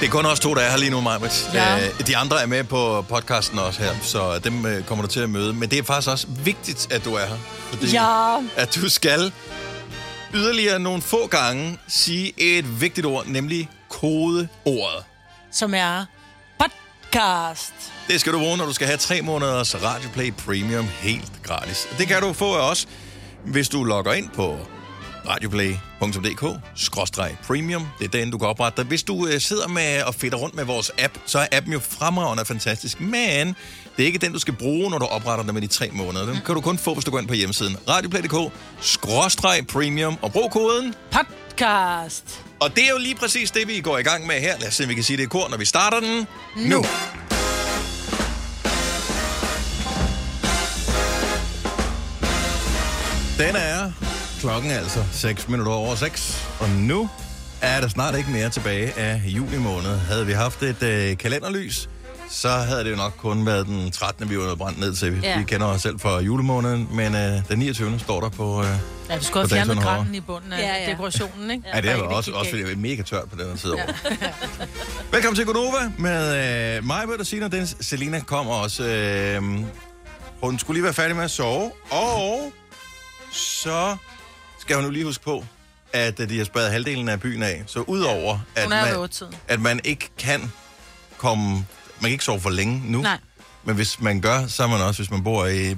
Det er kun os to, der er her lige nu, Majbrit. Ja. Øh, de andre er med på podcasten også her, så dem øh, kommer du til at møde. Men det er faktisk også vigtigt, at du er her. Fordi Ja. at du skal yderligere nogle få gange sige et vigtigt ord, nemlig kodeordet. Som er podcast. Det skal du bruge, når du skal have tre måneders Radioplay Premium helt gratis. Og Det kan du få af os, hvis du logger ind på radioplay.dk-premium. Det er den, du kan oprette dig. Hvis du øh, sidder med og fedter rundt med vores app, så er appen jo fremragende og fantastisk. Men det er ikke den, du skal bruge, når du opretter dig med de tre måneder. Den kan du kun få, hvis du går ind på hjemmesiden radioplay.dk-premium og brug koden. Podcast. Og det er jo lige præcis det, vi går i gang med her. Lad os se, om vi kan sige det i kor, når vi starter den nu. nu. Den er klokken er altså 6 minutter over 6, og nu er der snart ikke mere tilbage af juni måned. Havde vi haft et øh, kalenderlys, så havde det jo nok kun været den 13. vi var nået brændt ned til. Ja. Ja. Vi kender os selv fra julemåneden, men øh, den 29. står der på... Øh, Ja, du skal på have fjernet datoen herovre. kranen i bunden af Ja, ja. dekorationen, ikke? Ja, det er jo også, også fordi det er mega tørt på den her tid over. Velkommen til Godova med øh, mig, Britt og Signe og Dennis. Selina kom også. Øh, hun skulle lige være færdig med at sove, og så skal hun nu lige huske på, at øh, de har spadet halvdelen af byen af. Så udover, at, Hun er ved man, otte-tiden. at man ikke kan komme... Man kan ikke sove for længe nu. Nej. Men hvis man gør, så er man også, hvis man bor i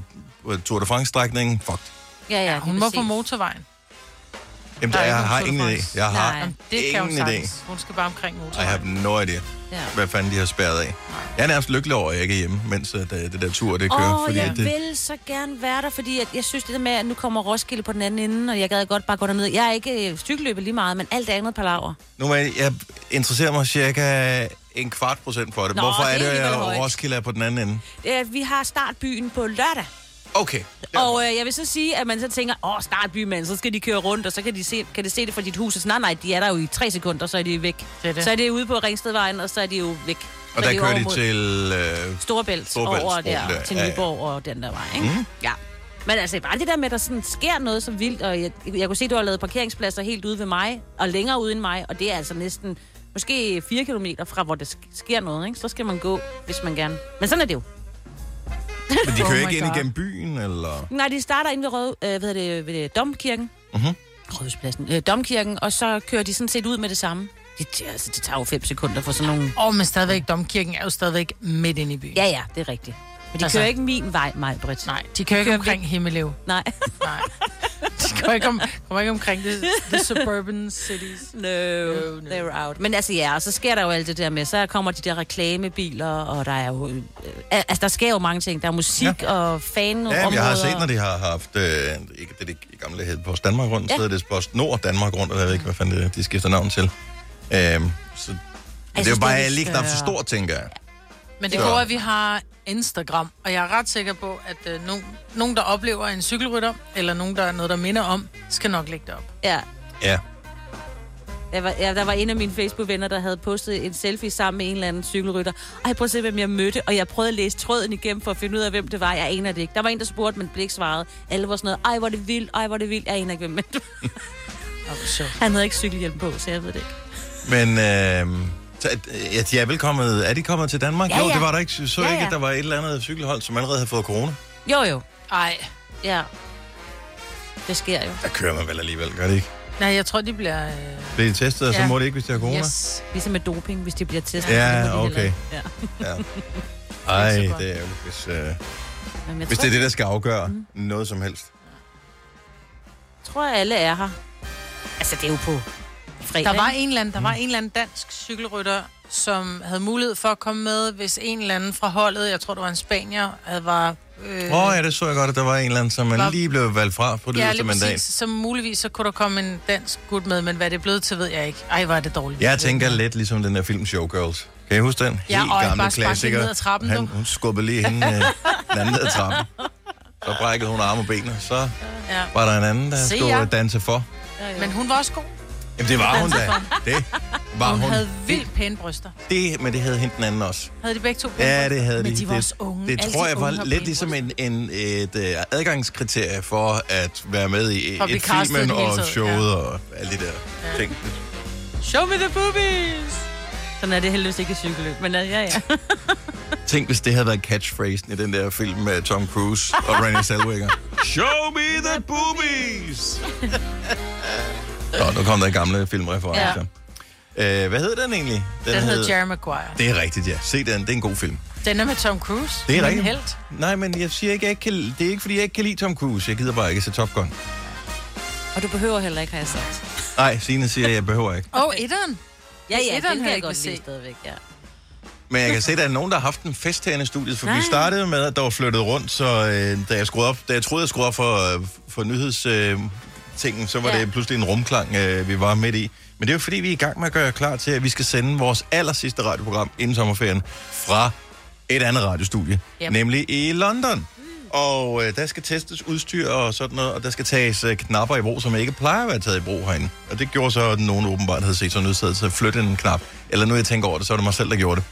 øh, Tour de France-strækningen, fuck. Ja, ja, Hun må på motorvejen. Jamen, Der der, er jeg ikke har nogen Tour de ingen idé. France. Jeg har Nej. Jamen, det kan hun ingen idé. sagtens. Hun skal bare omkring I motorvejen. have no idea. Ja. hvad fanden de har spærret af. Jeg er nærmest lykkelig over, at jeg ikke er hjemme, mens at, uh, det der tur det kører. øh, Åh, oh, jeg det, vil så gerne være der, fordi jeg, jeg synes det der med, at nu kommer Roskilde på den anden ende, og jeg gad godt bare gå derned. Jeg er ikke øh, cykelløbet lige meget, men alt det andet palaver. nu er jeg, jeg interesserer mig cirka en kvart procent for det. Nå, Hvorfor det er er det, at alligevel højt. Roskilde er på den anden ende? Øh, vi har startbyen på lørdag, Okay. ja. og øh, jeg vil så sige, at man så tænker, åh, startby, mand, så skal de køre rundt, og så kan de se, kan de se det fra dit hus. Og så, nej, nej, de er der jo i tre sekunder, så er de væk. Det er det. Så er de ude på Ringstedvejen, og så er de jo væk. Så Og er der over kører de mod- til... Øh, Storebælt, Storebælt, Storebælt over Storebælt, der, ja, der til ja, ja. Nyborg ja, ja. og den der vej, ikke? Mm. Ja. Men altså, bare det der med, at der sådan sker noget så vildt, og jeg, jeg kunne se, du har lavet parkeringspladser helt ude ved mig, og længere ude end mig, og det er altså næsten måske 4 km fra, hvor der sk- sker noget, ikke? Så skal man gå, hvis man gerne. Men sådan er det jo. men de Oh kører my ikke ind God. igennem byen, eller... Nej, de starter inde ved, Rød, øh, ved, det, ved det, Domkirken. Mm-hmm. Rådhuspladsen. Øh, Domkirken, og så kører de sådan set ud med det samme. Det, det, altså, det tager jo 5 sekunder for sådan nogle... Åh, oh, men stadigvæk, domkirken er jo stadigvæk midt inde i byen. Ja, ja, det er rigtigt. Men Altså- de altså... kører ikke min vej, mig, Britt. Nej, de kører ikke omkring Himmelev. Nej. Nej. De går ikke, om, kommer ikke omkring the, the suburban cities. No, no. they're out. Men altså ja, og så sker der jo alt det der med, så kommer de der reklamebiler, og der er jo, øh, altså der sker jo mange ting. Der er musik ja. og fan Ja, men jeg har set, når de har haft... Øh, ikke det, det gamle hed Post Danmark rundt, ja. Ja. så hedder det Post Nord Danmark rundt, eller jeg ved ikke, hvad fanden det, er, de skifter navn til. Øhm, så, det er jo synes, det bare er lidt lige knap så større. stort, tænker jeg. Men det Så. går, at vi har Instagram, og jeg er ret sikker på, at øh, nogen, nogen, der oplever en cykelrytter, eller nogen, der er noget, der minder om, skal nok lægge det op. Ja. Ja. Jeg var, ja, der var en af mine Facebook-venner, der havde postet en selfie sammen med en eller anden cykelrytter. Ej, prøv at se, hvem jeg mødte, og jeg prøvede at læse tråden igennem for at finde ud af, hvem det var. Jeg aner det ikke. Der var en, der spurgte, men blev ikke svaret. Alle var sådan noget, ej, hvor er det vildt, ej, hvor er det vildt. Jeg aner ikke, hvem det var. Og så. Han havde ikke cykelhjelm på, så jeg ved det ikke. Men øh, så, ja, de er velkommet. Er de kommet til Danmark? Ja, jo, ja. det var der ikke. Så Ja, ikke, ja. at der var et eller andet cykelhold, som allerede havde fået corona. Jo, jo. Ej, Ja. Det sker jo. Der kører man vel alligevel, gør det ikke? nej, jeg tror, de bliver... Øh, Bliver de testet, og så Ja. må det ikke, hvis de har corona? yes. Ligesom med doping, hvis de bliver testet. Ja, så må de heller okay. ikke. Ja. Ja. Ej, Det er så godt. det er jo, hvis, øh, Men jeg hvis tror, det er det, der skal afgøre mm. noget som helst. tror, at alle er her. Altså, det er jo på fredag. Der var en eller anden, der Mm. var en eller anden dansk cykelrytter, som havde mulighed for at komme med, hvis en eller anden fra holdet, jeg tror, det var en spanier, havde var... Øh, Åh øh, oh, ja, det så jeg godt, at der var en eller anden, som man Var- lige blev valgt fra på det Ja, yderste lige mandat. præcis. Så muligvis så kunne der komme en dansk gut med, men hvad det er blevet til, ved jeg ikke. Ej, hvor er det dårligt. Jeg tænker lidt ligesom den der film Showgirls. Kan I huske den? Helt Ja, og jeg gammel bare sparkede klassiker. ned ad trappen, Han, du. hun skubbede lige hende øh, den anden ned ad trappen. Så brækkede hun arme og ben, og så Ja. var der en anden, der Se, skulle ja. øh, danse for. Men hun var også god. Jamen, det var hun da. Det var Ah, hun. Hun havde vildt pæne bryster. Det, men det havde hende den anden også. Havde de begge to pæne Ja, bryster? det havde Men de. de var det, også unge. Det Alle tror de jeg unge var har lidt pæne ligesom en, en, et øh, adgangskriterie for at være med i For at et blive castet filmen i det hele og taget, showet ja. og alle de der ting. Show me the boobies! Sådan er det heldigvis ikke i cykelløb, men øh, ja, ja. Tænk, hvis det havde været catchphrasen i den der film med Tom Cruise og Renée Zellweger. Show me the boobies! Nå, nu kom der gamle filmreferencer. Ja. Øh, hvad hed den egentlig? Den hed Jerry Maguire. Det er rigtigt, ja. Se den, det er en god film. Den er med Tom Cruise. Det er Min rigtigt. Helt. Nej, men jeg siger ikke, jeg ikke kan, det er ikke, fordi jeg ikke kan lide Tom Cruise. Jeg gider bare ikke se Top Gun. Og du behøver heller ikke, har jeg sagt. Nej, Signe siger, jeg behøver ikke. Og oh, etteren. Ja, ja, Etteren har den kan jeg jeg ikke godt lide set. stadigvæk, ja. Men jeg kan se, at der er nogen, der har haft en fest herinde i studiet, for Nej. vi Nej. startede med, at der var flyttet rundt, så øh, da, jeg skruede op, da jeg troede, jeg skruede op for, øh, for nyheds... Øh, tingen, så var ja. Ja. det pludselig en rumklang, øh, vi var midt i. Men det er jo fordi, vi er i gang med at gøre klar til, at vi skal sende vores aller sidste radioprogram inden sommerferien fra et andet radiostudie, yep. Yep. nemlig i London. Og øh, der skal testes udstyr og sådan noget, og der skal tages øh, knapper i brug, som ikke plejer at være taget i brug herinde. Og det gjorde så, at nogen åbenbart havde set sig nødsaget til at flytte en knap. Eller nu jeg tænker over det, så var det mig selv, der gjorde det.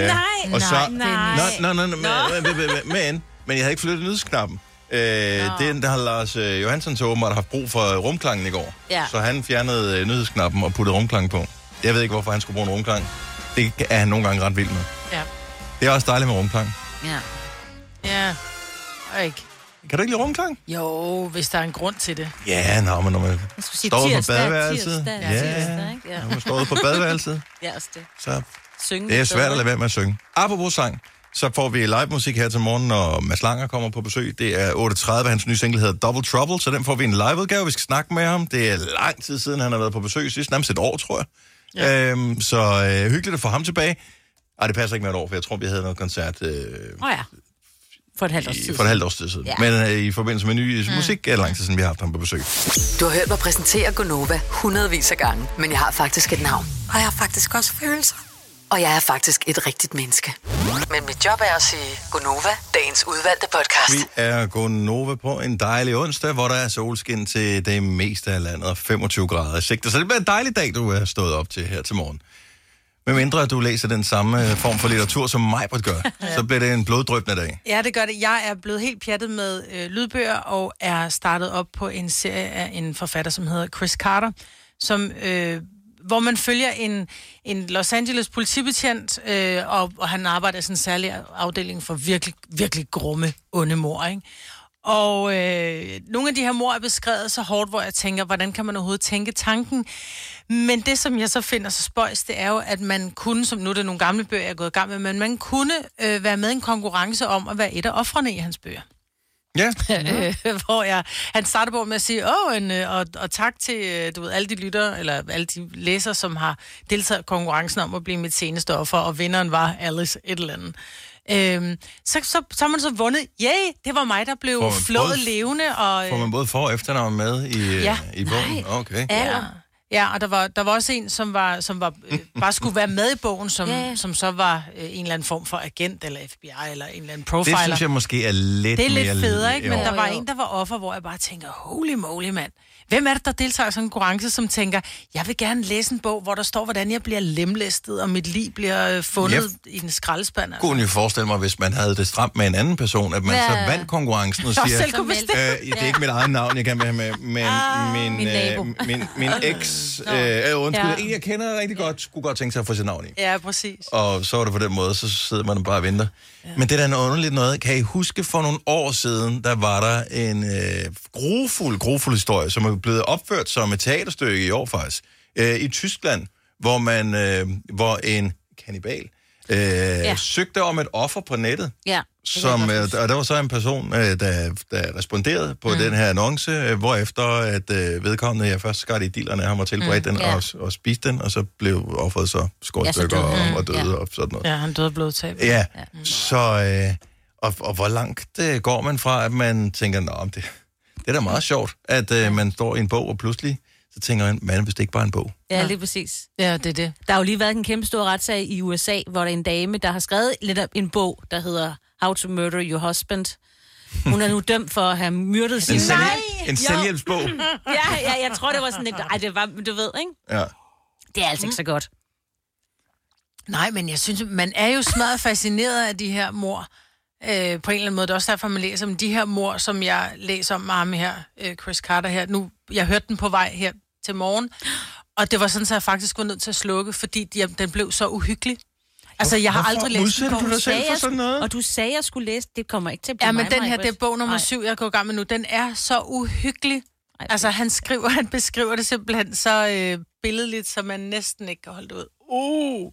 Øh, Nej, og så, nej, nej. Nå, nå, nå, men, men, men, men, men jeg havde ikke flyttet lydsknappen. Øh, den, der har Lars øh, Johansson så åbenbart haft brug for øh, rumklangen i går. Ja. Så han fjernede øh, nyhedsknappen og puttede rumklangen på. Jeg ved ikke, hvorfor han skulle bruge en rumklang. Det er han nogle gange ret vild med. Ja. Det er også dejligt med rumklang. Ja. Ja. Og ikke. Kan du ikke lide rumklang? Jo, hvis der er en grund til det. Ja, nå, men når man, Jeg skulle sige Står på tirsdag, badeværelset. tirsdag, Ja. tirsdag, ikke? Ja. når man står ude på badeværelset, Ja, også det. så Synge Det er svært bedre. at lade være med at synge. Apropos sang, så får vi live musik her til morgen, når Mads Langer kommer på besøg. Det er 8.30, hans nye single hedder Double Trouble, så den får vi en live udgave. Vi skal snakke med ham. Det er lang tid siden, han har været på besøg. Sidst nærmest et år, tror jeg. Ja. Øhm, så øh, hyggeligt at få ham tilbage. Ej, det passer ikke med et år, for jeg tror, vi havde noget koncert øh, Åh oh, ja. For et halvt års i, tid. for et halvt års tid siden. Ja. Ja. Men øh, i forbindelse med ny mm. musik er det lang tid siden, vi har haft ham på besøg. Du har hørt mig præsentere Gonova hundredvis af gange, men jeg har faktisk et navn. Og jeg har faktisk også følelser. Og jeg er faktisk et rigtigt menneske. Men mit job er at sige Gonova, dagens udvalgte podcast. Vi er Gonova på en dejlig onsdag, hvor der er solskin til det meste af landet og 25 grader i sigte. Så det bliver en dejlig dag, du er stået op til her til morgen. Med mindre du læser den samme øh, form for litteratur, som mig gør, så bliver det en bloddrøbende dag. Ja, det gør det. Jeg er blevet helt pjattet med øh, lydbøger og er startet op på en serie af en forfatter, som hedder Chris Carter, som, øh, hvor man følger en, en Los Angeles politibetjent, øh, og, og han arbejder i sådan en særlig afdeling for virkelig, virkelig grumme, onde mor, ikke? Og øh, nogle af de her mor er beskrevet så hårdt, hvor jeg tænker, hvordan kan man overhovedet tænke tanken? Men det, som jeg så finder så spøjs, det er jo, at man kunne, som nu er det nogle gamle bøger, jeg er gået i gang med, men man kunne øh, være med i en konkurrence om at være et af offrene i hans bøger. Ja, Øh, hvor jeg, han starter på med at sige, åh, en, øh, og, og tak til øh, du ved, alle de lyttere, eller alle de læsere, som har deltaget i konkurrencen om at blive mit seneste offer, og vinderen var Alice et eller andet. Øhm, så, så, så har man så vundet, yay, det var mig, der blev Får man flået både- levende. Og, får man både for- og efternavn med i, øh, Ja. i bogen? Okay. Ja. Ja, og der var, der var også en, som, var, som var, øh, bare skulle være med i bogen, som, Ja, ja. som så var øh, en eller anden form for agent, eller FBI, eller en eller anden Det profiler. synes jeg måske er lidt det er mere lidt federe, ikke? Men jo. der var Jo, jo. en, der var offer, hvor jeg bare tænker, holy moly, mand. Hvem er det, der deltager i sådan en konkurrence, som tænker, jeg vil gerne læse en bog, hvor der står, hvordan jeg bliver lemlæstet, og mit liv bliver øh, fundet i en skraldespand? Jeg kunne jo forestille mig, hvis man havde det stramt med en anden person, at man Ja. så vandt konkurrencen og Jeg siger, selv kunne bestemme. Øh, det er ikke mit eget navn, jeg kan være med, men min, min nabo. øh, min, min eks, øh, øh, undskyld, ja. en jeg kender rigtig godt, skulle godt tænke sig at få sit navn i. Ja, præcis. Og så var det på den måde, så sidder man bare og venter. Ja. Men det er da noget underligt noget. Kan I huske for nogle år siden, der var der en øh, grofuld, grofuld historie, som er blevet opført som et teaterstykke i år faktisk, øh, i Tyskland, hvor man, øh, hvor en kannibal øh, ja. søgte om et offer på nettet Ja. som, øh, og der var så en person, øh, der, der responderede på mm. den her annonce, øh, hvorefter at øh, vedkommende, jeg først skar i dillerne, han var tilberedt mm. den ja. og, og spiste den, og så blev offeret så skåret ja, Ja, så stykker døde og, han. og døde Ja. og sådan noget. Ja, han døde af blodtab. Ja, ja. Mm. så... Øh, og, og hvor langt øh, går man fra, at man tænker, nå, men det, det er da meget sjovt, at øh, man står i en bog, og pludselig så tænker man, man hvis det ikke bare er en bog. Ja, lige præcis. Ja, det er det. Der har jo lige været en kæmpe stor retssag i USA, hvor der er en dame, der har skrevet lidt af en bog, der hedder How to Murder Your Husband. Hun er nu dømt for at have myrdet sin En, mand. selvhjælp- en selvhjælpsbog. Ja, ja, jeg tror, det var sådan lidt... Ej, det var, du ved, ikke? Ja. Det er altså ikke så Mm. godt. Nej, men jeg synes, man er jo smadret fascineret af de her mor. Øh, på en eller anden måde. Det er også derfor, man læser om de her mor, som jeg læser om med ham her, øh, Chris Carter her. Nu, jeg hørte den på vej her til morgen. Og det var sådan, at jeg faktisk var nødt til at slukke, fordi de, den blev så uhyggelig. Altså, jeg har Hvorfor aldrig læst den udsætter du dig selv for sådan noget? Og du sagde, at jeg skulle læse. Det kommer ikke til at blive Ja, men mig, den her, Maj-Brit. det er bog nummer Nej. syv, jeg går i gang med nu. Den er så uhyggelig. Altså, han skriver, han beskriver det simpelthen så øh, billedligt, så man næsten ikke kan holde det ud. Uh.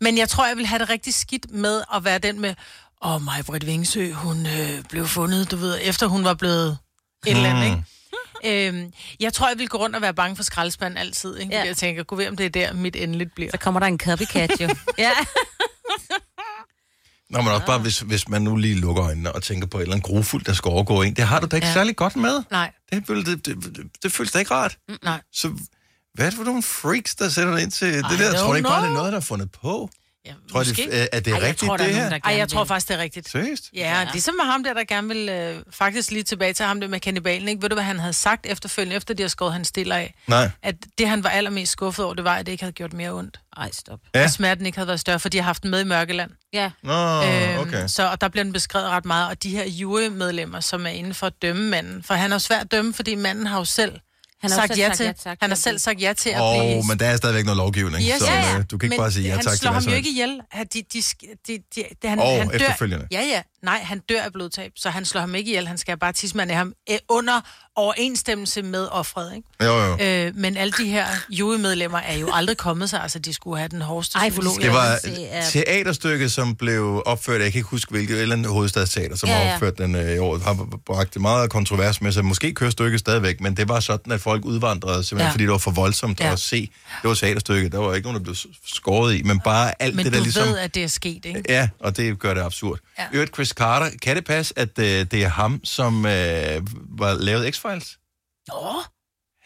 Men jeg tror, jeg vil have det rigtig skidt med at være den med, åh, oh, Maj-Brit Vingsø, hun øh, blev fundet, du ved, efter hun var blevet et eller andet, ikke? Øhm, jeg tror, jeg vil gå rundt og være bange for skraldespanden altid, ikke? Fordi Ja. jeg tænker, gå ved, om det er der, mit endeligt bliver. Så kommer der en copycat, jo. ja. Nå, men også Ah. bare, hvis, hvis man nu lige lukker øjnene og tænker på et eller andet grufuldt, der skal overgå en. Det har du da ikke ja. Ja. særlig godt med. Nej, Det, føl- det, det, det, det føles da ikke rart. Mm, nej. Så hvad er det for nogle freaks, der sætter dig ind til det der? Tror du ikke bare, det er noget, der er fundet på? Ja, Tror du, det, øh, er det Ej, jeg rigtigt, tror, der er det her? nogen, der- Ej, gerne jeg tror vil. faktisk, det er rigtigt. Seriøst? Ja, ja, ligesom med ham der, der gerne vil øh, faktisk lige tilbage til ham der med kannibalen, ikke? Ved du, hvad han havde sagt efterfølgende, efter de har skåret hans stiller af? Nej. At det, han var allermest skuffet over, det var, at det ikke havde gjort mere ondt. Ej, stop. Ja. Ja. Og smerten ikke havde været større, for de har haft den med i Mørkeland. Øhm, Ja. Nå, okay. så, og der bliver den beskrevet ret meget. Og de her jurymedlemmer, som er inde for at dømme manden. For han er jo svær at dømme, fordi manden har jo selv han Han har har jo sagt, selv ja sagt til. ja tak han har til selv det. sagt ja til at Åh, blive oh, men der er stadigvæk noget lovgivning, Yes, så ja, ja. øh, du kan ikke men bare sige ja han tak til slår hvad ham som jo helst. ikke ihjel. Han, de, de, sk- de, de, de, han, Åh, han dør. efterfølgende. Ja, ja. Nej, han dør af blodtab, så han slår ham ikke ihjel. Han skal bare tidsmand af ham øh, under overensstemmelse med offret. Ikke? Jo, jo. Øh, men alle de her jurymedlemmer er jo aldrig kommet sig. Altså, de skulle have den hårdeste Ej, hvor psykolog. de Det jeg var vil se, at- teaterstykket, som blev opført, jeg kan ikke huske hvilket, et eller andet hovedstadsteater, som Ja, ja, ja. har opført den øh, i år, har bragt meget kontrovers med sig. Måske kører stykket stadigvæk, men det var sådan, at folk udvandrede, simpelthen ja. Ja. fordi det var for voldsomt ja. Ja. at se. Det var teaterstykket, der var ikke nogen, der blev s- skåret i, men bare alt Men det du der ligesom... ved, at det er sket, ikke? Ja, og det gør det absurd. Ja. Ja. Øvrigt Chris Carter, kan det passe, at øh, det er ham, som øh, var lavet X-Files? Nå.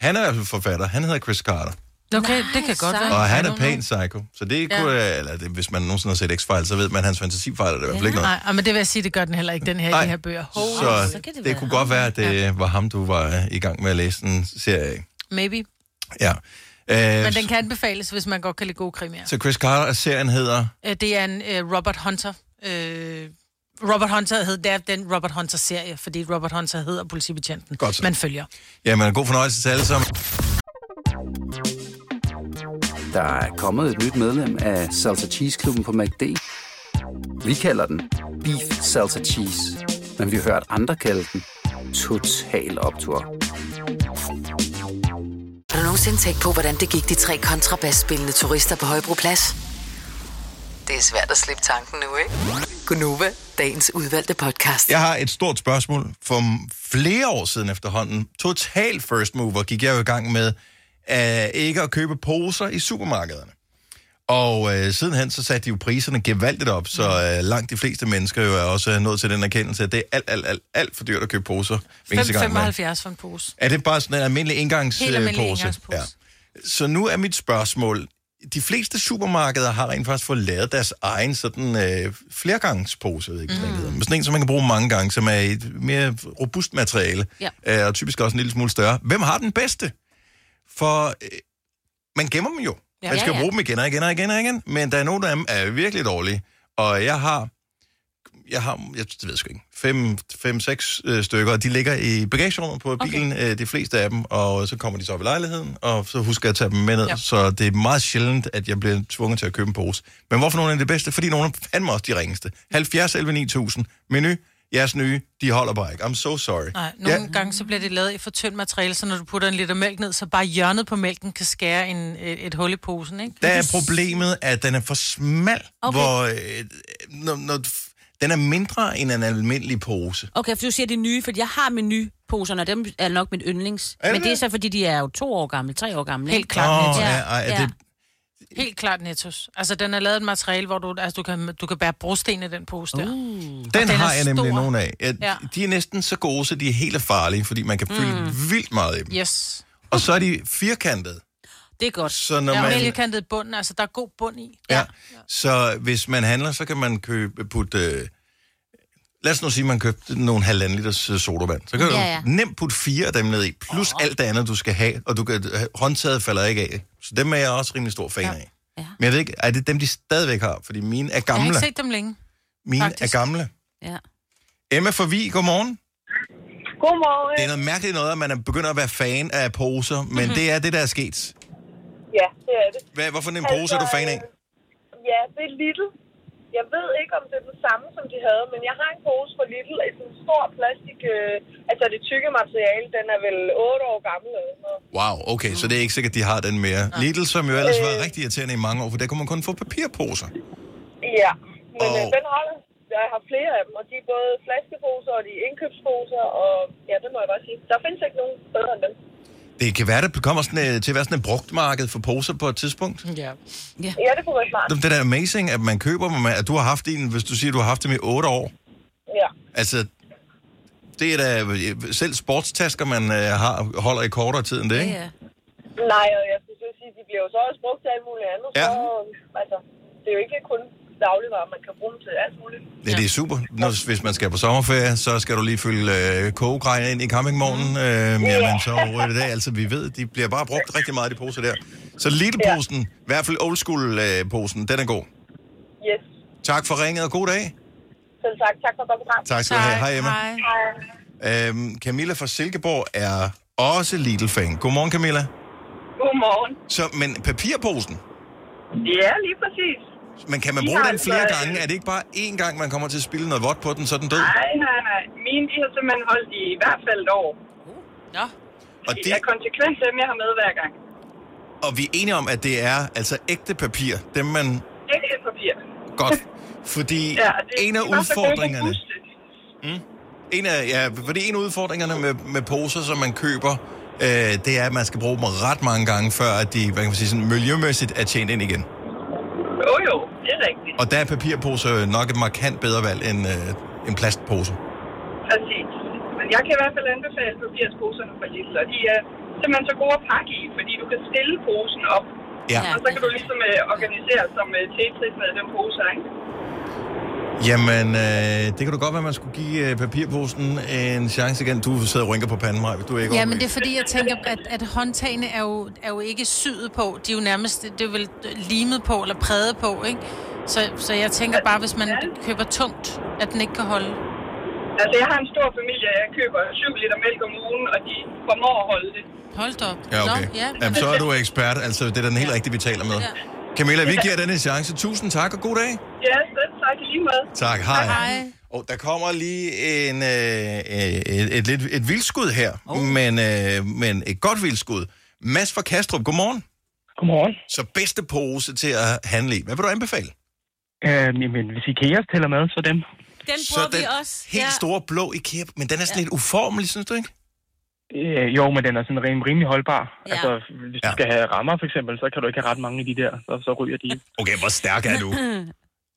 Han er i hvert fald forfatter. Han hedder Chris Carter. Okay, Nej, det kan godt sej. være. Øh, Og I han er don't pæn psycho. Så det kunne, ja. eller det, hvis man nogensinde har set X-Files, så ved man, at hans fantasi fejler det i hvert fald ikke noget. Nej, ej, men det vil jeg sige, det gør den heller ikke, den her, Nej. i de her bøger. Holy Så, så kan det, det det være kunne ham, godt være, at det var ham, du var øh, i gang med at læse en serie af. maybe. Ja. Øh, Men den kan anbefales, hvis man godt kan lide gode krimier. Så Chris Carter, og serien hedder... Øh, Det er en øh, Robert Hunter. Øh, Robert Hunter hed, det er den Robert Hunter-serie, fordi Robert Hunter hedder politibetjenten. Godt så. Man følger. Jamen, god fornøjelse til alle sammen. Der er kommet et nyt medlem af Salsa Cheese Klubben på MACD. Vi kalder den Beef Salsa Cheese. Men vi har hørt andre kalde den Total Optor. Har du nogensinde tænkt på, hvordan det gik de tre kontrabasspillende turister på Højbroplads? Det er svært at slippe tanken nu, ikke? Gunova, dagens udvalgte podcast. Jeg har et stort spørgsmål. For flere år siden efterhånden, total first mover, gik jeg jo i gang med øh, ikke at købe poser i supermarkederne. Og øh, sidenhen så satte de jo priserne gevaldigt op, så øh, langt de fleste mennesker jo er også nået til den erkendelse, at det er alt, alt, alt, alt for dyrt at købe poser. hver eneste gang, man- 5,75 for en pose. Er det bare sådan en almindelig engangspose? Helt almindelig engangspose. Så nu er mit spørgsmål. De fleste supermarkeder har rent faktisk fået lavet deres egen sådan øh, flergangspose, jeg ved ikke, mm. hedder, men sådan en, som man kan bruge mange gange, som er i et mere robust materiale, Ja. øh, og typisk også en lille smule større. Hvem har den bedste? For øh, man gemmer dem jo. Ja, man skal ja, ja, ja. ja. bruge dem igen og igen og igen og igen, men der er nogle af dem, er virkelig dårlige, og jeg har jeg har, jeg det ved jeg sgu ikke, fem, fem seks øh, stykker, og de ligger i bagagerummet på bilen, øh, de fleste af dem, og så kommer de så op i lejligheden, og så husker jeg at tage dem med ned, ja. Ja. så det er meget sjældent, at jeg bliver tvunget til at købe en pose. Men hvorfor nogle er det bedste? Fordi nogle er fandme også de ringeste. 70 11 9000, menu, jeres nye, de holder bare ikke. I'm so sorry. Nej, nogle ja, ja. gange så bliver det lavet i for tyndt materiale, så når du putter en liter mælk ned, så bare hjørnet på mælken kan skære en, et, et hul i posen, ikke? der er problemet, at den er for smal, okay. Okay. hvor øh, når, når, den er mindre end en almindelig pose. Okay, for du siger de nye, for jeg har menuposerne, og dem er nok min yndlings. Er det Men det er det? så, fordi de er jo to år gamle, tre år gamle. Helt Helt Åh, klart, netto. ja, Ja, ej, ja. det, Helt klart nettos. Altså, den er lavet af et materiale, hvor du, altså, du, kan, du kan bære brosten i den pose der. Uh. Den, den den har er jeg nemlig stor. nogen af. Ja, ja. Ja. De er næsten så gode, så de er helt farlige, fordi man kan fylde mm. vildt meget i dem. Yes. Og så er de firkantede. det er godt. Så når Ja, og man, mælkekantet bunden, altså, der er god bund i. ja, så hvis man handler, så kan man købe, putte... Øh, lad os nu sige, at man købte nogle halvanden liters øh, sodavand. Så kan Ja, du ja. nemt putte fire af dem ned i, plus oh. alt det andet, du skal have, og du kan, øh, håndtaget falder ikke af. Så dem er jeg også rimelig stor fan ja. af. Ja. Men jeg ved ikke, er det dem, de stadigvæk har? Fordi mine er Jeg har gamle. ikke set dem længe. Mine er faktisk. gamle. Ja. Emma for Vi, godmorgen. Godmorgen. Mhm. Det er noget mærkeligt noget, at man er begyndt at være fan af poser, men mm-hmm. det er det, der er sket. Ja, det er det. Hvad, hvorfor en pose er du fan af? Ja, det er Little. Jeg ved ikke, om det er den samme, som de havde, men jeg har en pose fra Little i sådan en stor plastik... Øh, altså, det tykke materiale, den er vel 8 år gammel eller sådan noget. Wow, okay, så det er ikke sikkert, de har den mere. Lidl, som jo Øh. ellers var rigtig irriterende i mange år, for der kunne man kun få papirposer. Ja, men øh, Og- den holder. Jeg har flere af dem, og de er både flaskeposer og de er indkøbsposer, og ja, det må jeg bare sige. Der findes ikke nogen bedre end dem. Det kan være, der kommer sådan, øh, til at være sådan et brugtmarked for poser på et tidspunkt. Mhm. Ja. Ja, det kunne være smart. Det er da amazing, at man køber dem, og man- at du har haft en, hvis du siger, du har haft dem i 8 år. Ja. Altså, det er da øh, selv sportstasker, man øh, har, holder i kortere tid end det, ikke? Ja. Nej, og jeg skulle så sige, de bliver jo så også brugt til alt muligt andet. Ja. Så, øh, altså, det er jo ikke kun dagligvarer, man kan bruge dem til alt muligt. Ja, det er super. Når, hvis man skal på sommerferie, så skal du lige fylde øh, kogegrejer ind i campingvognen. Øh, jamen, så er det der. Altså, vi ved, de bliver bare brugt rigtig meget, de poser der. Så Lidl-posen, i hvert fald old school-posen, den er god. Yes. Tak for ringet, og god dag. Selv tak. Tak for at komme frem. Tak skal du have. Hej, Emma. Hej. Øhm, Camilla fra Silkeborg er også Lidl-fan. Godmorgen, Camilla. Godmorgen. Så, men papirposen, Ja, lige præcis. men kan man De bruge har den altså- flere gange? Er det ikke bare én gang, man kommer til at spille noget vådt på den, så er den død? Nej, nej, nej. Mine, de har simpelthen holdt i, i hvert fald et år. Nå. Og, Det det, er konsekvent dem, jeg har med hver gang. og vi er enige om, at det er altså ægte papir, dem man Ikke papir. Godt. Fordi Ja, ja, og det, en de af var så gode til at udfordringerne... huske det. En af, ja, fordi en af udfordringerne med, med poser, som man køber, øh, det er, at man skal bruge dem ret mange gange, før at de hvad kan man sige, sådan, miljømæssigt er tjent ind igen. Jo, jo. Det er rigtigt. Og der er papirposer nok et markant bedre valg end øh, en plastpose. Præcis. Men jeg kan i hvert fald anbefale papirsposerne fra Lidl, og de er simpelthen så gode at pakke i, fordi du kan stille posen op, Ja. Ja. og så kan du ligesom øh, organisere som øh, Tetris med den pose, her, ikke? Jamen, øh, det kan du godt være, man skulle give øh, papirposen en chance igen. Du sidder og rynker på panden, Maja. Du er ikke Ja, men overbevist. det er fordi, jeg tænker, at, at håndtagene er jo, er jo ikke syet på. De er jo nærmest det er vel limet på eller præget på, ikke? Så, så jeg tænker bare, hvis man køber tungt, at den ikke kan holde. Altså, jeg har en stor familie, og jeg køber 7 liter mælk om ugen, og de formår at holde det. Hold da op. Ja, okay. Nå, ja. Jamen, så er du ekspert. Altså, det er den helt rigtige, vi taler med. Camilla, vi giver den en chance. Tusind tak, og god dag. Ja, selv tak i lige måde. Tak, hej. Hej. Og der kommer lige en, øh, øh, et, et, lidt- et vildskud her, oh. men, øh, men et godt vildskud. Mads fra Kastrup, godmorgen. Godmorgen. Så bedste pose til at handle i. Hvad vil du anbefale? Øh, men hvis IKEA tæller med, så dem. Den bruger vi også. helt store blå IKEA, men den er sådan ja. lidt uformelig, synes du ikke? Øh, jo, men den er sådan rim, rimelig holdbar. Ja. Ja. Altså, hvis du Ja. skal have rammer, for eksempel, så kan du ikke have ret mange af de der. Så, så ryger de. Okay, hvor stærk er du?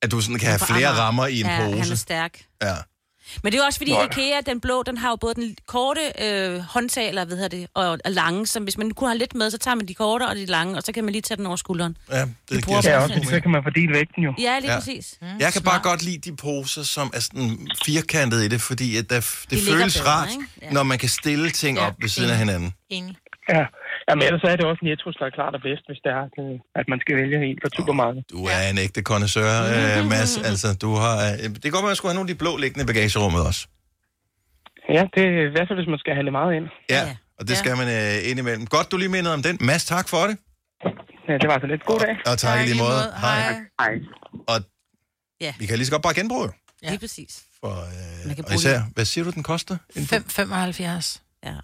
At du sådan kan have På flere Amager. rammer i en ja, han pose. er stærk. Ja. Men det er jo også fordi, Nå, Nå, ja. IKEA, den blå, den har jo både den korte øh, håndtag, eller hvad hedder det, og, og lange, som hvis man kun har lidt med, så tager man de korte og de lange, og så kan man lige tage den over skulderen. Ja, det bruger giver Ja, sådan også, god fordi så mening. kan man fordele vægten jo. Ja, lige Ja. ja. præcis. Jeg kan bare godt lide de poser, som er sådan firkantede i det, fordi at der, det ligger føles bedre, rart, ikke? Ja. når man kan stille ting Ja, op ved siden af enig. hinanden. Enig. Ja. Jamen, ellers så er det også Netto, der er klart og bedst, hvis det er, øh, at man skal vælge en fra supermarkedet. Du er en ægte connoisseur, øh, Mads. Altså, du har, øh, det kan godt være, at jeg skulle have nogle af de blå liggende i bagagerummet også. Ja, det er i hvert fald, hvis man skal have det meget ind. Ja, Ja. og det Ja. skal man øh, indimellem. Godt, du lige mindede om den. Mads, tak for det. Ja, det var altså lidt. God dag. Og tak, tak i lige måde. Hej. Hej. Og Ja. vi kan lige så godt bare genbruge. jo, Ja. Lige præcis. For, Man kan øh, og bruge især, hvad siger du, den koster? En- 5,75. Ja.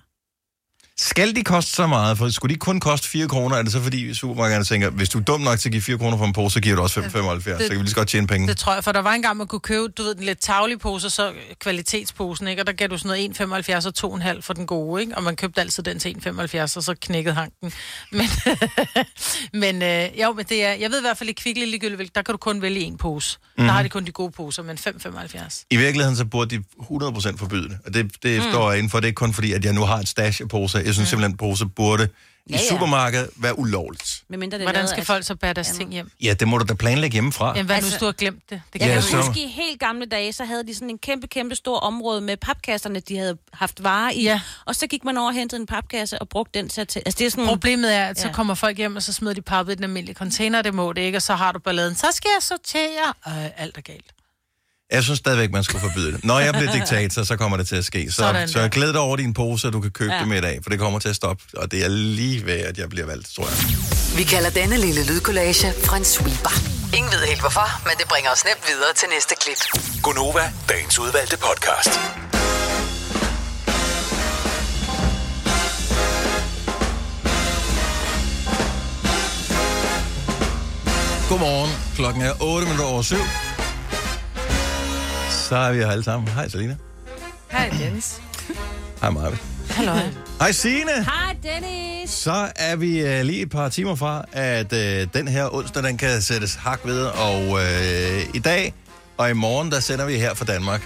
Skal de koste så meget? For skulle de kun koste 4 kroner, er det så fordi supermarkederne tænker, hvis du er dum nok til at give 4 kroner for en pose, så giver du også 5,75. Så kan vi lige så godt tjene penge. Det tror jeg, for der var engang, man kunne købe, du ved, den lidt tavlige pose, og så kvalitetsposen, ikke? Og der gav du sådan noget 1,75 og 2,5 for den gode, ikke? Og man købte altid den til 1,75, og så knækkede hanken. Men, men øh, jo, men det er, jeg ved i hvert fald i Kvickly ligegyldigt, hvilket, der kan du kun vælge en pose. Mm. Mhm. Der har de kun de gode poser, men 5,75. I virkeligheden så burde de 100% forbyde det. Og det, det mm. står jeg inden for. Det er ikke kun fordi, at jeg nu har et stash af poser. Jeg synes mm. simpelthen, at poser burde ja, Ja, i ja. supermarkedet være ulovligt. Men mindre det er Hvordan lavet skal af- folk så bære deres ting hjem? Ja, det må du da planlægge hjemmefra. Jamen, hvad altså, nu, Altså- hvis du har glemt det? Det Jeg kan Ja, ja, kan så- så... huske, i helt gamle dage, så havde de sådan en kæmpe, kæmpe stor område med papkasserne, de havde haft varer i. Ja. Og så gik man over og hentede en papkasse og brugte den til at... tæ- Altså, det er sådan Mm. nogle... Problemet er, at så Ja. kommer folk hjem, og så smider de pappet i den almindelige container, det må det ikke, og så har du balladen. Så skal jeg sortere, og alt er galt. Jeg synes stadigvæk, man skulle forbyde det. Når jeg bliver diktator, så kommer det til at ske. Så, Sådan så der. glæd dig over din pose, så du kan købe ja. Ja. dem i dag, for det kommer til at stoppe. Og det er lige ved, at jeg bliver valgt, tror jeg. Vi kalder denne lille lydkollage Frans sweeper. Ingen ved helt hvorfor, men det bringer os nemt videre til næste klip. Gunova, dagens udvalgte podcast. Godmorgen. Klokken er 8 minutter over 7. Så er vi her alle sammen. Hej, Selina. Hej, Jens. Hej, Marve. Halløj. Hej, Signe. Hej, Dennis! Så er vi øh, lige et par timer fra, at øh, den her onsdag, den kan sættes hak ved. Og øh, i dag og i morgen, der sender vi her fra Danmark.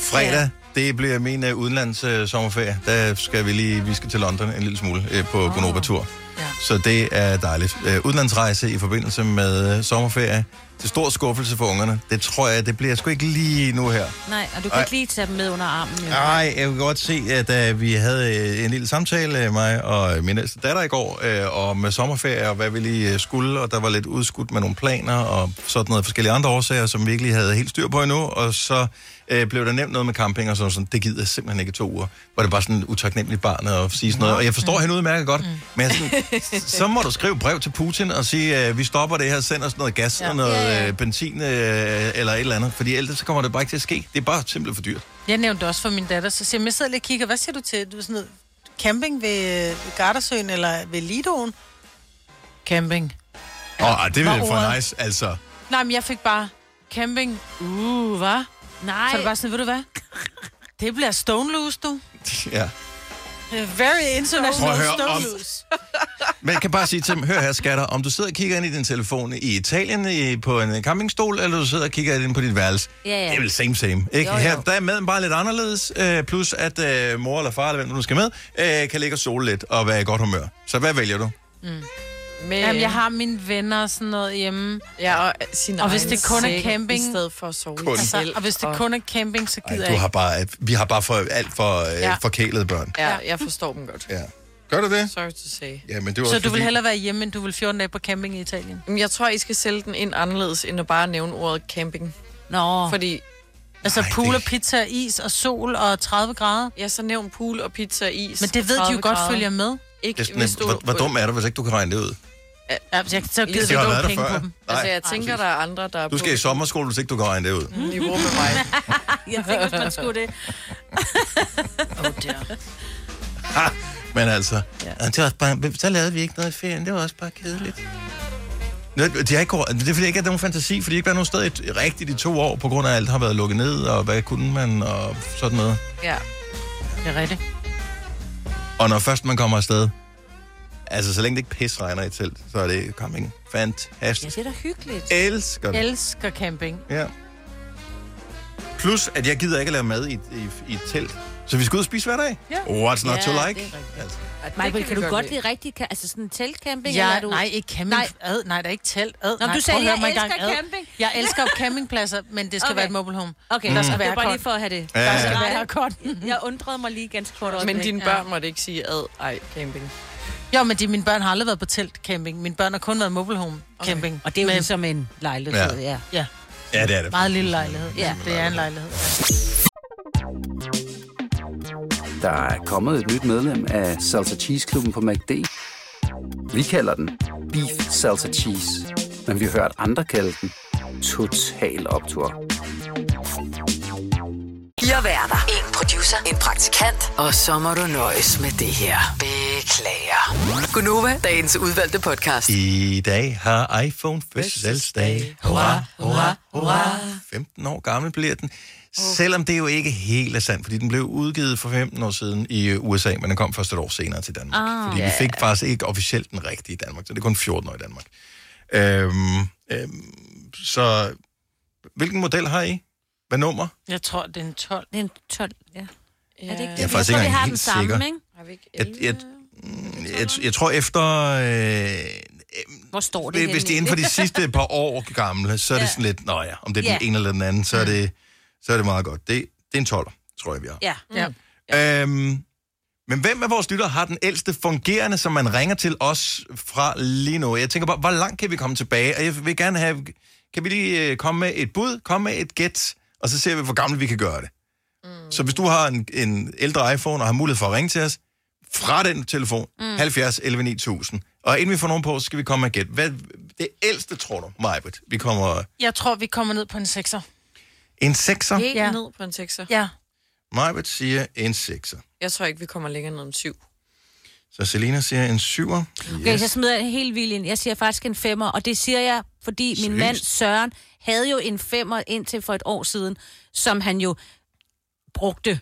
Fredag, ja. det bliver min øh, udenlands øh, sommerferie. Der skal vi lige, vi skal til London en lille smule øh, på oh. Gonova-tur. Ja. Så det er dejligt. Øh, udenlandsrejse i forbindelse med øh, sommerferie. Til stor skuffelse for ungerne. Det tror jeg, det bliver sgu ikke lige nu her. Nej, og du kan Ej. ikke lige tage dem med under armen. Jo. Nej, jeg kan godt se, at øh, vi havde øh, en lille samtale, øh, mig og min ældste datter i går, øh, om øh, sommerferie og hvad vi lige øh, skulle, og der var lidt udskudt med nogle planer og sådan noget forskellige andre årsager, som vi ikke lige havde helt styr på endnu, og så øh, blev der nævnt noget med camping og sådan, sådan det gider jeg simpelthen ikke i to uger, hvor det var sådan utaknemmeligt barn at sige sådan noget, og jeg forstår mm. hende udmærket godt, mm. men jeg er sådan, så må du skrive brev til Putin og sige, øh, vi stopper det her, send os noget gas ja. og noget Ja, ja. øh, benzin øh, eller et eller andet, fordi ellers så kommer det bare ikke til at ske. Det er bare simpelthen for dyrt. Jeg nævnte også for min datter, så siger jeg, jeg sidder lidt og kigger, hvad siger du til? Du er sådan noget, camping ved, øh, ved Gardasøen eller ved Lidoen? Camping. Åh, oh, det var ville for ordet. nice, altså. Nej, men jeg fik bare camping. Uh, hvad? Nej. Så er det bare sådan, ved du hvad? Det bliver stone loose, du. Ja. Det er Very Prøv international at høre, stone om- loose. Men jeg kan bare sige til dem, hør her skatter, om du sidder og kigger ind i din telefon i Italien i, på en øh, campingstol, eller du sidder og kigger ind på dit værelse, Ja, ja. det er vel same same. Ikke? Jo, jo. Her, der er maden bare lidt anderledes, øh, plus at øh, mor eller far, eller hvem du nu skal med, øh, kan ligge og sole lidt og være i godt humør. Så hvad vælger du? Øh. Men, Jamen, jeg har mine venner og sådan noget hjemme. ja, og, sin Og hvis egen det kun er seng, camping- I stedet for at sove Kun. i Altså, telt. Og hvis det kun er camping, så gider Ej, jeg du ikke. har bare, øh, vi har bare for, alt for øh, ja. Ja. forkælede børn. Ja, jeg forstår dem godt. Ja. Gør du det? Sorry to say. Ja, men det var Så også du vil fordi- hellere være hjemme, end du vil 14 dage på camping i Italien? Jamen, Jeg tror, I skal sælge den ind anderledes, end at bare nævne ordet camping. Nå. Fordi, Altså Nej, pool det- og pizza og is og sol og 30 grader. ja, så nævn pool og pizza og is. Men det ved de jo godt følger med. Ikke, Det er sådan, en- hvor, hvor dum er du, hvis ikke du kan regne det ud? Ja, så jeg så gider Ligesom- vi har ikke været nogen der penge før. på dem. Nej. Altså, jeg tænker, der er andre, der er Du skal i på sommerskole, hvis ikke du kan regne det ud. Mm. niveau med mig. Jeg tænkte også, man skulle det. Men altså, ja. det var også bare, så lavede vi ikke noget i ferien, det var også bare kedeligt. Nå, De er ikke, det er fordi, jeg ikke er nogen fantasi, fordi de ikke været nogen sted i- rigtigt i to år, på grund af at alt har været lukket ned, og hvad kunne man, og sådan noget. Ja. Det er rigtigt. Og når først man kommer afsted, altså så længe det ikke pisregner i telt, så er det coming. Ja, Fantastisk. det er da hyggeligt. Elsker det. Elsker camping. Ja. Plus, at jeg gider ikke at lave mad i, i, i et telt. Så vi skal ud og spise hver dag. Ja. What's not to Ja, like? det er rigtigt. Altså, Michael, kan, vi du godt lide. lide rigtig... ka- Altså sådan en teltcamping? eller Ja, er du... nej, ikke camping. Nej. Nej, ad, nej der er ikke telt. Ad, Nå, nej, du sagde, prøv at høre jeg mig engang. elsker Ad. camping. Jeg elsker campingpladser, men det skal Okay. okay. være et mobilhome. Okay, der skal det være var bare lige akkord. for at have det. Ja, Der ja, skal ja. var være det. akkord. Jeg undrede mig lige ganske kort over Men dine Ja. børn måtte ikke sige ad, ej, camping. Jo, men de, mine børn har aldrig været på teltcamping. Mine børn har kun været mobilhome camping. Okay. Og det er jo ligesom en lejlighed, ja. Ja, ja, det er det. meget lille lejlighed. Ja. Ja. Det er en lejlighed. Der er kommet et nyt medlem af Salsa Cheese Klubben på MACD. Vi kalder den Beef Salsa Cheese, men vi har hørt andre kalde den Total Optor. Fire værter. En producer. En praktikant. Og så må du nøjes med det her. Beklager. Gunova, dagens udvalgte podcast. I dag har iPhone fødselsdag. Hurra, hurra, hurra. 15 år gammel bliver den. Selvom det jo ikke helt er sandt, fordi den blev udgivet for 15 år siden i øh, USA, men den kom først et år senere til Danmark. Ah, fordi vi fik faktisk ikke officielt den rigtige i Danmark, så det er kun 14 år i Danmark. Øhm, øhm, så hvilken model har I? Hvad nummer? Jeg tror, det er en 12. Det er en 12, ja. Er det ikke det? er faktisk tror, ikke vi engang har den helt samme, sikker. ikke? Har vi ikke Jeg, 11? jeg, mm, jeg, jeg tror efter... Øh, Hvor står det Hvis hvis det er inden for de sidste par år gamle, så er ja. det Ja. sådan lidt, nå ja, om det er den Ja. ene eller den anden, så er det, så er det meget godt. Det, det er en 12, tror jeg, vi har. Ja. Ja. Ja. Øhm, men hvem af vores lyttere har den ældste fungerende, som man ringer til os fra lige nu? Jeg tænker bare, hvor langt kan vi komme tilbage? Og jeg vil gerne have, kan vi lige øh, komme med et bud, komme med et gæt, og så ser vi, hvor gammel vi kan gøre det. Mm. Så hvis du har en, en ældre iPhone og har mulighed for at ringe til os, fra den telefon, mm. 70 11 9000. Og inden vi får nogen på, så skal vi komme med et gæt. Hvad, det ældste, tror du, Majbet, vi kommer... Jeg tror, vi kommer ned på en sekser. En 6'er? Helt Ja. ja. ned på en sekser. Ja. Majbet siger en 6'er. Jeg tror ikke, vi kommer længere ned end syv. Så Selina siger en 7'er. Okay, yes. så smider jeg helt vildt ind. Jeg siger faktisk en femmer, og det siger jeg, fordi Seriøst? min mand Søren havde jo en femmer indtil for et år siden, som han jo brugte. Øh,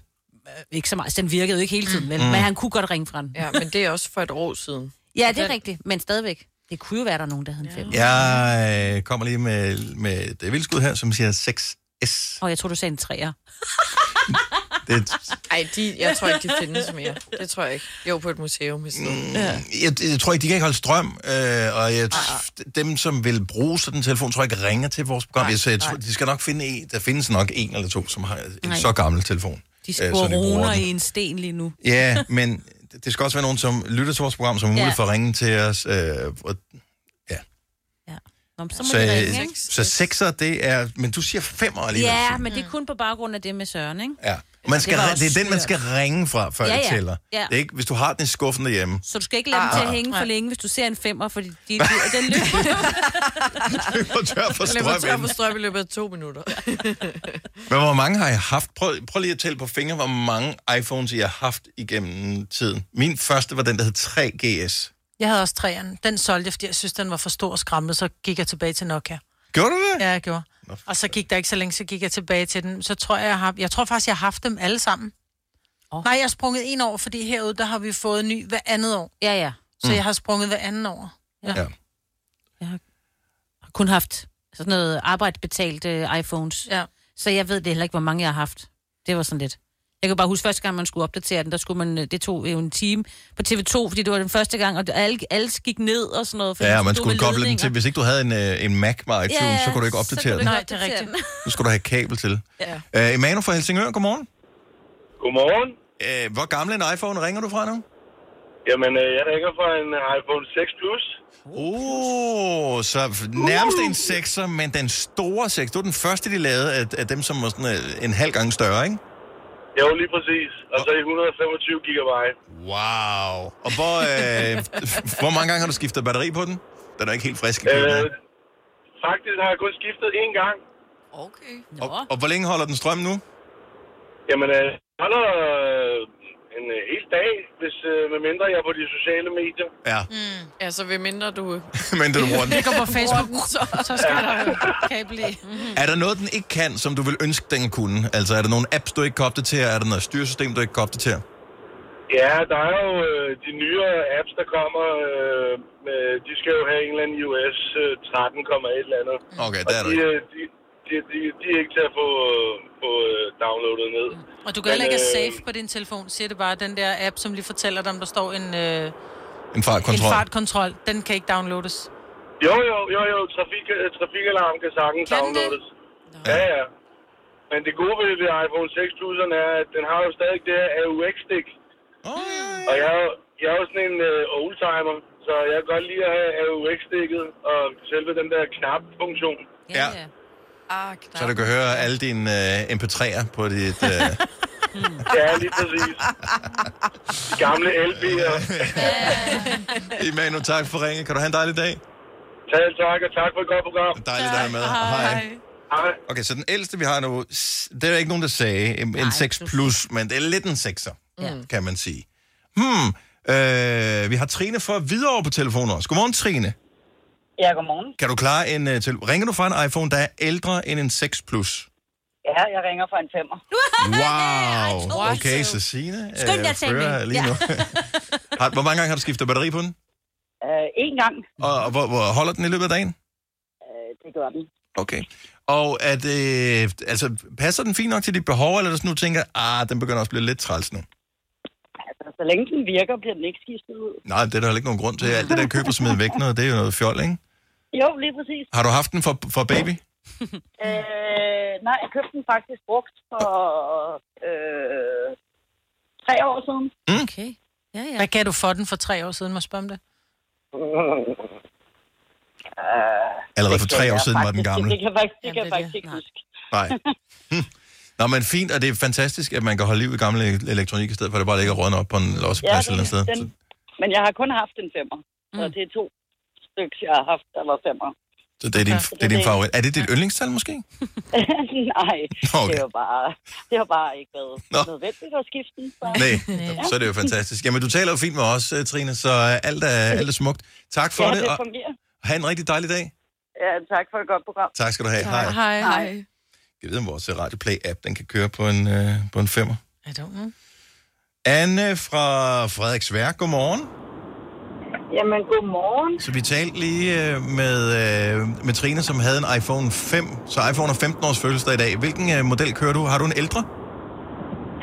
Ikke så meget, altså, den virkede jo ikke hele tiden, men, men han kunne godt ringe fra den. Ja, Ja, men det er også for et år siden. ja det er rigtigt, men stadigvæk. Det kunne jo være, der er nogen, der havde en femmer. Ja. Jeg øh, kommer lige med, med det vildskud her, som siger 6S. Og jeg tror, du sagde en træer. Det, Ej, de, jeg tror ikke, de findes mere. Det tror jeg ikke. Jo, på et museum i Mm. stedet. ja. jeg, jeg tror ikke, de kan ikke holde strøm, øh, og jeg, dem, som vil bruge sådan en telefon, tror jeg ikke ringer til vores program. Nej, så jeg tror, de skal nok finde en. Der findes nok en eller to, som har en Nej. så gammel telefon. De øh, så bruger skoroner den. i en sten lige nu. Ja, men det skal også være nogen, som lytter til vores program, som har mulighed Ja. for at ringe til os. Øh, og, Ja. Nå, men så må så, så, de ringe, ikke? så sekser, det er... Men du siger femmer alligevel. Ja, men det er kun på baggrund af det med Søren, ikke? Ja. Man skal, Det var det, også det er den, man dyrt. skal ringe fra, før Ja, det ja. tæller. Ja. Det er ikke, hvis du har den i skuffen derhjemme. Så du skal ikke lade dem til at hænge for længe, hvis du ser en femmer, fordi de, de, den løber. Løber tør for Jeg løber tør strøm for ind. strøm i løbet af to minutter. Men hvor mange har jeg haft? Prøv, prøv lige at tælle på fingre, hvor mange iPhones, jeg har haft igennem tiden. Min første var den, der hed 3GS. Jeg havde også træerne. Den solgte jeg, fordi jeg synes, den var for stor og skræmmende, så gik jeg tilbage til Nokia. Gjorde du det? Ja, jeg gjorde. Og så gik der ikke så længe, så gik jeg tilbage til den. Så tror jeg, jeg har... Jeg tror faktisk, jeg har haft dem alle sammen. Oh. Nej, jeg har sprunget en år, fordi herude, der har vi fået en ny hver andet år. Ja, ja. Så mm. jeg har sprunget hver anden år. Ja. har kun haft sådan noget arbejdsbetalt øh, iPhones. Ja. Så jeg ved det heller ikke, hvor mange jeg har haft. Det var sådan lidt. Jeg kan bare huske, første gang man skulle opdatere den, der skulle man, øh, det tog jo en time på TV2, fordi det var den første gang, og alle, alle gik ned og sådan noget. fordi Ja, den man stod skulle med koble den ledninger. til. Hvis ikke du havde en, øh, en Mac med iTunes, Ja, ja, så kunne du ikke opdatere den. ikke Nej, det er opdatere rigtigt. Nu skal du have kabel til. Ja. Uh, Emanu fra Helsingør, godmorgen. Godmorgen. Uh, hvor gammel en iPhone ringer du fra nu? Jamen, øh, jeg ringer fra en iPhone 6 Plus. Oh, så f- nærmest en 6'er, men den store 6. Det var den første, de lavede af, af dem, som var sådan øh, en halv gang større, ikke? Jo, lige præcis. Og så i 125 gigabyte. Wow. Og hvor, øh, f- hvor mange gange har du skiftet batteri på den? Den er ikke helt frisk i Øh, køben. faktisk har jeg kun skiftet én gang. Okay. Og, og hvor længe holder den strøm nu? Jamen, øh, jeg holder øh, en øh, hel dag, hvis, øh, medmindre jeg er på de sociale medier. Ja, Altså, ved mindre du... Mm. men den bruger den. Det går på Facebook, så, så skal der jo kabel i. Er der noget, den ikke kan, som du vil ønske, den kunne? Altså, er der nogle apps, du ikke kan opdatere? Er der noget styresystem, du ikke kan opdatere? Mm. Ja, der er jo øh, de nyere apps, der kommer. Øh, med, de skal jo have en eller anden US øh, 13,1 eller andet. Okay, Og der er du de, ikke. øh, de, de, de, de er ikke til at få, få øh, downloadet ned. Og du kan heller ikke Men, have øh, safe på din telefon, siger det bare. Den der app, som lige fortæller dig, om der står en, øh, En en fartkontrol. fartkontrol, den kan ikke downloades. Jo, jo, jo, jo. Trafik, øh, trafikalarm kan sagtens Kan den downloades. Ja, ja. Men det gode ved det iPhone 6 Plus'eren er, at den har jo stadig det her AUX-stik. Åh, ja. Og jeg, er jo- jeg er jo sådan en øh, oldtimer, så jeg kan godt lide at have AUX-stikket og selve den der knap-funktion. Ja. ja. Ah, Så du kan høre alle dine øh, MP3'er på dit... Øh... Ja, lige præcis. De gamle LB'er. Emanu, tak for ringe. Kan du have en dejlig dag? Tak, tak, og tak for et godt program. Dejligt at have med. Hej. Hej. Okay, så den ældste, vi har nu, s- det er der ikke nogen, der sagde en, en 6 plus, men det er lidt en 6'er, Ja. kan man sige. Hmm, øh, vi har Trine fra Hvidovre på telefonen også. Godmorgen, Trine. Ja, godmorgen. Kan du klare en øh, telefon? Ringer du fra en iPhone, der er ældre end en 6 plus? Ja, jeg ringer fra en femmer. Wow. Okay, så Signe øh, Skynd jer, Tammy. fører lige Ja. nu. Har- hvor mange gange har du skiftet batteri på den? Øh, en gang, Og, og hvor, hvor holder den i løbet af dagen? øh, det gør den. Okay. Og at, øh, altså, passer den fint nok til dit behov, eller er det sådan, du tænker, ah, den begynder også at blive lidt træls nu? Altså, så længe den virker, bliver den ikke skiftet ud. Nej, det er der heller ikke nogen grund til. Alt det der køber smidt væk noget, det er jo noget fjol, ikke? Jo, lige præcis. Har du haft den for, for baby? Øh, nej, jeg købte den faktisk brugt for øh, tre år siden. Okay. Ja, ja. Hvad gav du for den for tre år siden, må jeg spørge om det? Øh, Allerede for det kan tre år jeg siden var den faktisk- gamle. Det kan jeg faktisk, det Jamen, kan det jeg er faktisk det. ikke Nej. huske. Nej. Hm. Nå, men fint, og det er fantastisk, at man kan holde liv i gammel e- elektronik, i stedet for at det bare ligger rådne op på en Ja, losseplads ja, eller et det, sted. den, Så, men jeg har kun haft en femmer. Så Mm. det er to stykker, jeg har haft, der var femmer. så det, er din, det er din favorit. Er det dit yndlingstal måske? Nej, okay. det Okay. var bare, det var bare ikke været Nå. nødvendigt at skifte den. Så. Nej, så er det jo fantastisk. Jamen, du taler jo fint med os, øh, Trine, så øh, alt er, alt er smukt. Tak for ja, det, det og fungerer. have en rigtig dejlig dag. Ja, tak for et godt program. Tak skal du have. Hej. Hej, hej. Jeg ved, om vores øh, Radio Play-app, den kan køre på en, øh, på en femmer. I don't know. Anne fra Frederiksværk, godmorgen. Jamen, godmorgen. Så vi talte lige øh, med, øh, med Trine, som havde en iPhone 5. Så iPhone har 15 års fødselsdag i dag. Hvilken øh, model kører du? Har du en ældre?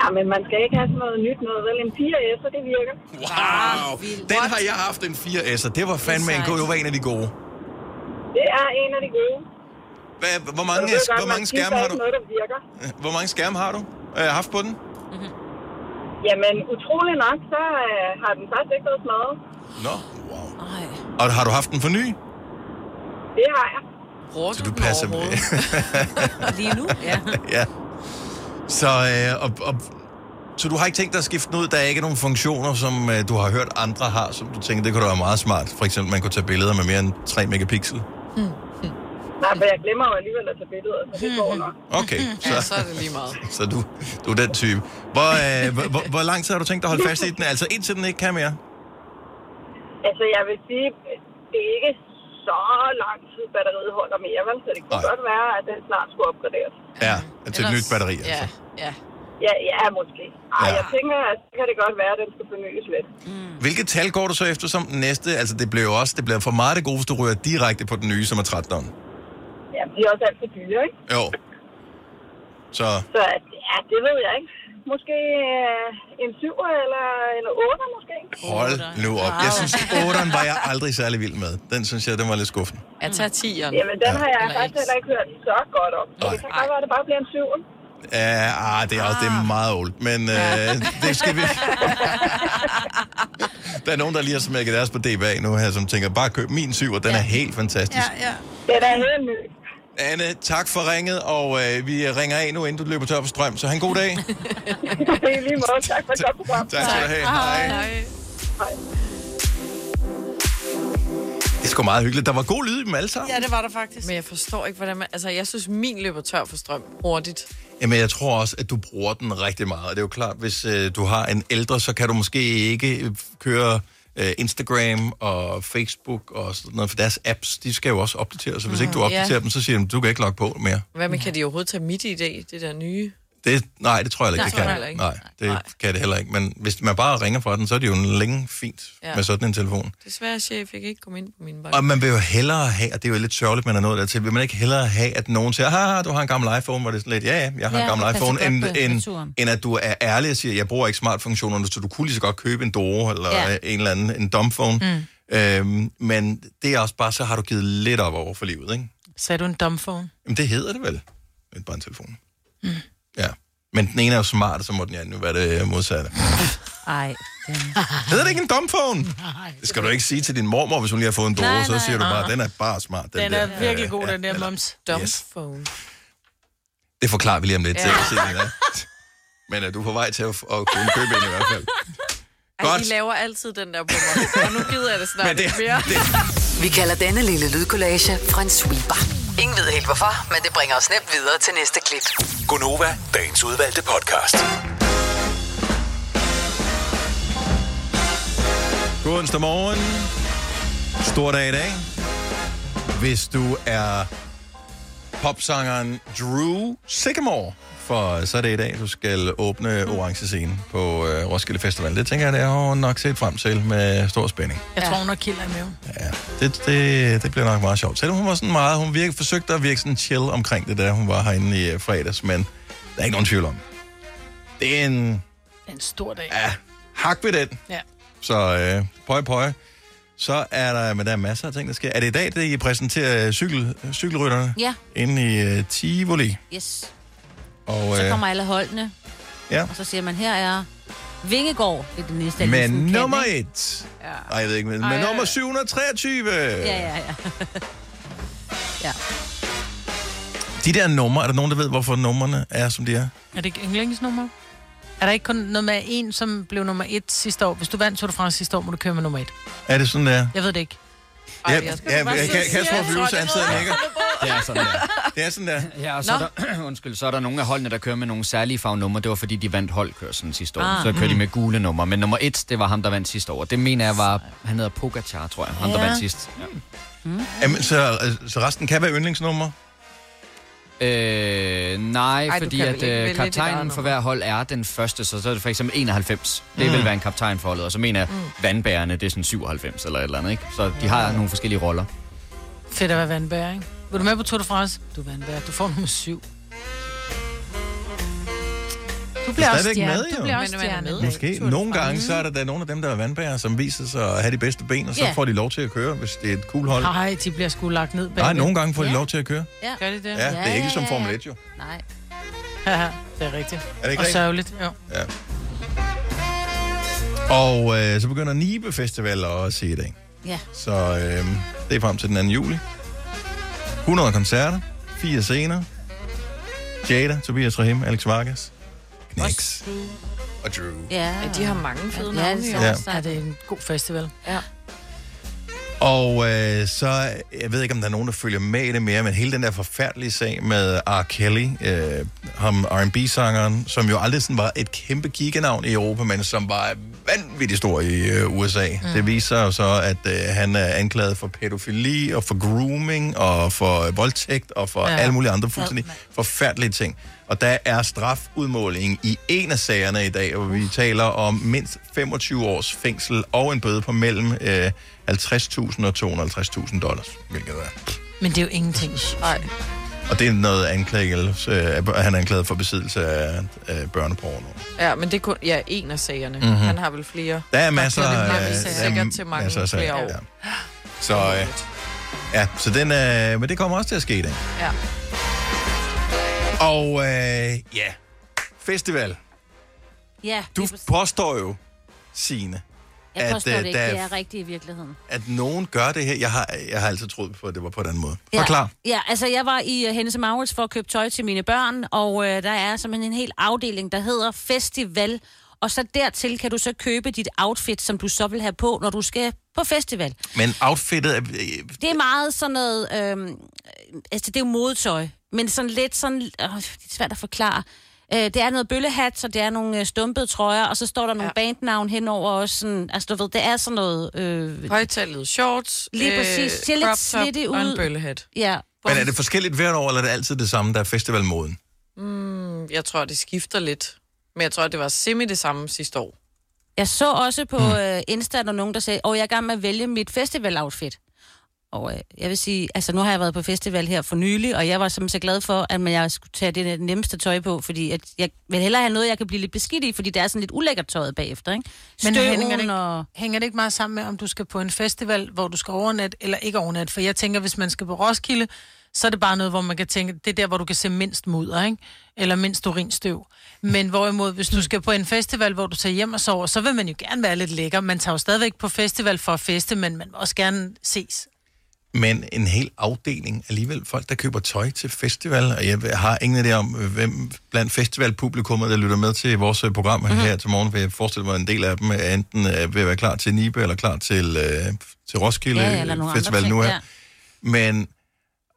Jamen, man skal ikke have sådan noget nyt noget, vel? En 4S, og det virker. Wow! Den har jeg haft, en 4S, og det var fandme en god. Det var en af de gode. Det er en af de gode. Hvad, hvor, Så mange, du ved godt, hvor, man mange skifter skærme har ikke du, Noget, der virker. hvor mange skærme har du øh, haft på den? Jamen, utrolig nok, så øh, har den faktisk ikke været smadret. Nå, wow. Og har du haft den for ny? Det har jeg. Bruger du, Du den passer med. overhovedet? Lige nu, ja. ja. Så, øh, og, og, så du har ikke tænkt dig at skifte den ud? Der er ikke nogen funktioner, som øh, du har hørt andre har, som du tænker, det kunne da være meget smart. For eksempel, man kunne tage billeder med mere end 3 megapixel. Nej, for jeg glemmer jo alligevel at tage billeder, så det Hmm, går nok. Okay, Ja, så, så er det lige meget. så du, du er den type. Hvor, øh, hvor- hvor, hvor lang tid har du tænkt dig at holde fast i den? Altså indtil den ikke kan mere? Altså, jeg vil sige, det er ikke så lang tid, batteriet holder mere, vel? Så det kunne Nej. godt være, at den snart skulle opgraderes. Ja, til et nyt batteri. Altså. Ja, ja. Ja, ja, måske. Ej, Ja. jeg tænker, at så kan det godt være, at den skal fornyes lidt. Hvilket tal går du så efter som den næste? Altså det blev jo også, det bliver for meget det gode, hvis du rører direkte på den nye, som er 13. Ja, de er også alt for dyre, ikke? Jo. Så Så ja, det ved jeg ikke. Måske øh, en 7'er eller en 8'er måske. Hold nu op. Jeg synes, 8'eren var jeg aldrig særlig vild med. Den synes jeg, den var lidt skuffende. Jeg tager tieren. Jamen, den Ja. har jeg Eller faktisk et. heller ikke hørt så godt om. Så det kan godt være, at det bare bliver en 7'er. Uh, ah, det er også det er meget old, men uh, det skal vi... der er nogen, der lige har smækket deres på DBA nu her, som tænker, bare køb min syv, og den er helt fantastisk. Ja, ja. Den er helt ny. Anne, tak for ringet, og uh, vi ringer af nu, inden du løber tør for strøm. Så han god dag. Det er lige måde. Tak for et godt program. tak skal du have. Hej. Hej. Det er sgu meget hyggeligt. Der var god lyd i dem alle sammen. ja, det var der faktisk. Men jeg forstår ikke, hvordan man... Altså, jeg synes, min løber tør for strøm hurtigt. Jamen, jeg tror også, at du bruger den rigtig meget. Og det er jo klart, hvis øh, du har en ældre, så kan du måske ikke øh, køre øh, Instagram og Facebook og sådan noget, for deres apps, de skal jo også opdateres. Så hvis ikke du opdaterer ja. dem, så siger de, du kan ikke logge på mere. Hvad med, kan de overhovedet tage mit idé, det der nye? Det, nej, det tror jeg heller ikke, Nej, det tror kan. jeg Nej, heller det kan det heller ikke. Men hvis man bare ringer fra den, så er det jo længe fint Ja. med sådan en telefon. Desværre, chef, jeg kan ikke komme ind på min bank. Og man vil jo hellere have, og det er jo lidt sørgeligt, man er nået dertil, vil man ikke hellere have, at nogen siger, haha, du har en gammel iPhone, hvor det er sådan lidt, ja, ja, jeg har en Ja, gammel det passer iPhone, godt end, på end, naturen. end, at du er ærlig og siger, jeg bruger ikke smartfunktionerne, så du kunne lige så godt købe en Doro, eller ja. Ja. en eller anden, en dumbphone. Mm. Øhm, men det er også bare, så har du givet lidt op over for livet, ikke? Sagde du en dumbphone? Jamen, det hedder det vel, et bare en telefon. Mm. Ja. Men den ene er jo smart, og så må den anden jo være det modsatte. Ej. Den... Hedder det ikke en dumbphone? Nej. Det skal du ikke sige til din mormor, hvis hun lige har fået en Doro, Nej, så nej. siger du bare, den er bare smart. Den, Den der. er virkelig god, Ja, den der eller- mums. Dumbphone. Det forklarer vi lige om lidt. Ja. Senere. Men er du på vej til at, at kunne købe en i hvert fald? Ej, Godt. I laver altid den der på mig. Og nu gider jeg det snart Men det, ikke mere. det, Vi kalder denne lille lydkollage en sweeper. Ingen ved helt hvorfor, men det bringer os nemt videre til næste klip. Gonova, dagens udvalgte podcast. god onsdag morgen. Stor dag i dag. Hvis du er popsangeren Drew Sycamore, for så er det i dag, du skal åbne orange scene på øh, Roskilde Festival. Det tænker jeg, det har hun nok set frem til med stor spænding. Jeg tror, hun har kilder i maven. Ja, det, det, det bliver nok meget sjovt. Selvom hun var sådan meget, hun virke, forsøgte at virke sådan chill omkring det, da hun var herinde i øh, fredags, men der er ikke nogen tvivl om. Det er en Det er en stor dag. ja, hak ved den. Ja. Så øh, pøj, pøj. Så er der, men der er masser af ting, der sker. Er det i dag, det I præsenterer øh, cykel, øh, cykelrytterne? Ja, Inde i øh, Tivoli. yes. Og, Så øh, kommer alle holdene, ja. og så siger man, her er Vingegård. Det er det næste, jeg Men næsten kan, nummer ikke? et. Nej, jeg ved ikke, men, men Ej, ja. nummer 723. Ja, ja, ja. De der numre, er der nogen, der ved, hvorfor numrene er, som de er? Er det ikke yndlingsnummer? Er der ikke kun noget med en, som blev nummer et sidste år? Hvis du vandt Tour de France sidste år, må du køre med nummer et. Er det sådan, der? Jeg ved det ikke. Ja, ja, ja, Ka- Kasper og Flyvelse, han sidder og nikker. Det er sådan der. Det er sådan der. Ja, og så er, Nå. der, undskyld, så er der nogle af holdene, der kører med nogle særlige farvenumre. Det var fordi, de vandt holdkørselen sidste år. Ah. Ah. Så kører de Mm. med gule numre. Men nummer et, det var ham, der vandt sidste år. Det mener jeg var, han hedder Pogacar, tror jeg. Ham, der Ja. vandt sidst. Ja. Jamen, så, så resten kan være yndlingsnummer? Øh, nej, Ej, Ej, du fordi kan vel at ikke vælge øh, dit eget kaptajnen for nummer. hver hold er den første, så, så er det for eksempel 91. Det Mm. vil være en kaptajn for holdet, og så mener jeg, Mm. vandbærerne, det er sådan 97 eller et eller andet, ikke? Så de har Mm. nogle forskellige roller. Fedt at være vandbær, ikke? Vil du med på Tour de France? Du er vandbær. Du får nummer syv. Du bliver er også stadigvæk stjerne. med, du jo. bliver også stjerne. Måske. Nogle gange, så er der da nogle af dem, der er vandbærer, som viser sig at have de bedste ben, og så Ja. får de lov til at køre, hvis det er et cool hold. Nej, de bliver sgu lagt ned bagved. Nej, nogle gange får de lov til at køre. Ja. Gør de det? Ja, det er ikke som Formel 1, jo. Nej. Ja, det er rigtigt. Er det ikke og rigtigt? sørgeligt, jo. Ja. Og øh, så begynder Nibe Festival også i dag. Ja. Så øh, det er frem til den 2. juli. 100 koncerter, fire scener. Jada, Tobias Rahim, Alex Vargas, Knix og Drew. Ja. ja, de har mange fede Ja, navne. det i er, Ja. ja. er det en god festival. Ja. Og øh, så, jeg ved ikke, om der er nogen, der følger med i det mere, men hele den der forfærdelige sag med R. Kelly, øh, ham R&B-sangeren, som jo aldrig sådan var et kæmpe giganavn i Europa, men som var vanvittigt stor i øh, USA. Mm. Det viser jo så, at øh, han er anklaget for pædofili, og for grooming, og for øh, voldtægt, og for Ja. ja. alle mulige andre fuldstændig forfærdelige ting. Og der er strafudmåling i en af sagerne i dag, hvor vi taler om mindst 25 års fængsel og en bøde på mellem øh, 50.000 og 250.000 dollars, hvilket er. Men det er jo ingenting. Nej. Og det er noget anklagelse, øh, at han er anklaget for besiddelse af, af børneporno. Ja, men det er kun ja, en af sagerne. Mhm. Mm-hmm. Han har vel flere. Der er masser af af- sager. der er sikkert til mange masser af sager, flere år. ja. Så øh, ja, så den, øh, men det kommer også til at ske i dag. Ja. Og øh, ja, festival. Ja, Du påstår jo, Signe, jeg at, påstår øh, det ikke. der- Det er rigtigt i virkeligheden. at nogen gør det her. Jeg har, jeg har altid troet på, at det var på den måde. Forklar. Ja, altså jeg var i uh, Hennes Maurits for at købe tøj til mine børn, og uh, der er simpelthen en hel afdeling, der hedder Festival. Og så dertil kan du så købe dit outfit, som du så vil have på, når du skal på festival. Men outfittet er... øh, Det er meget sådan noget... Øh, altså, det er jo modetøj, men sådan lidt sådan... Øh, det er svært at forklare. Øh, det er noget bøllehat, og det er nogle øh, stumpede trøjer, og så står der nogle ja. bandnavn henover også. Sådan, altså, du ved, det er sådan noget... Øh, Højtallet shorts, øh, Lige præcis. Ser lidt crop top slidte og ud. en bøllehat. Ja. Men er det forskelligt hvert år, eller er det altid det samme, der er festivalmoden? Mm, jeg tror, det skifter lidt. Men jeg tror, det var semi det samme sidste år. Jeg så også på øh, Insta, at der var nogen, der sagde, åh, jeg er i gang med at vælge mit festival-outfit. Og øh, jeg vil sige, altså nu har jeg været på festival her for nylig, og jeg var simpelthen så glad for, at man, jeg skulle tage det nemmeste tøj på, fordi at jeg vil hellere have noget, jeg kan blive lidt beskidt i, fordi det er sådan lidt ulækkert tøjet bagefter, ikke? Men Støven hænger det, ikke, og... hænger det ikke meget sammen med, om du skal på en festival, hvor du skal overnatte eller ikke overnatte? For jeg tænker, hvis man skal på Roskilde, så er det bare noget, hvor man kan tænke, det er der, hvor du kan se mindst mudder, ikke? Eller mindst urinstøv. Men hvorimod, hvis du skal på en festival, hvor du tager hjem og sover, så vil man jo gerne være lidt lækker. Man tager jo stadigvæk på festival for at feste, men man vil også gerne ses. Men en hel afdeling alligevel. Folk, der køber tøj til festival, og jeg har ingen idé om, øh, hvem blandt festivalpublikummet, der lytter med til vores øh, program mm-hmm. Mhm. her til morgen, for jeg forestiller mig, at en del af dem er enten øh, ved at være klar til Nibe, eller klar til, øh, til Roskilde Ja, eller nogle andre Festival ting, nu her. ja. Men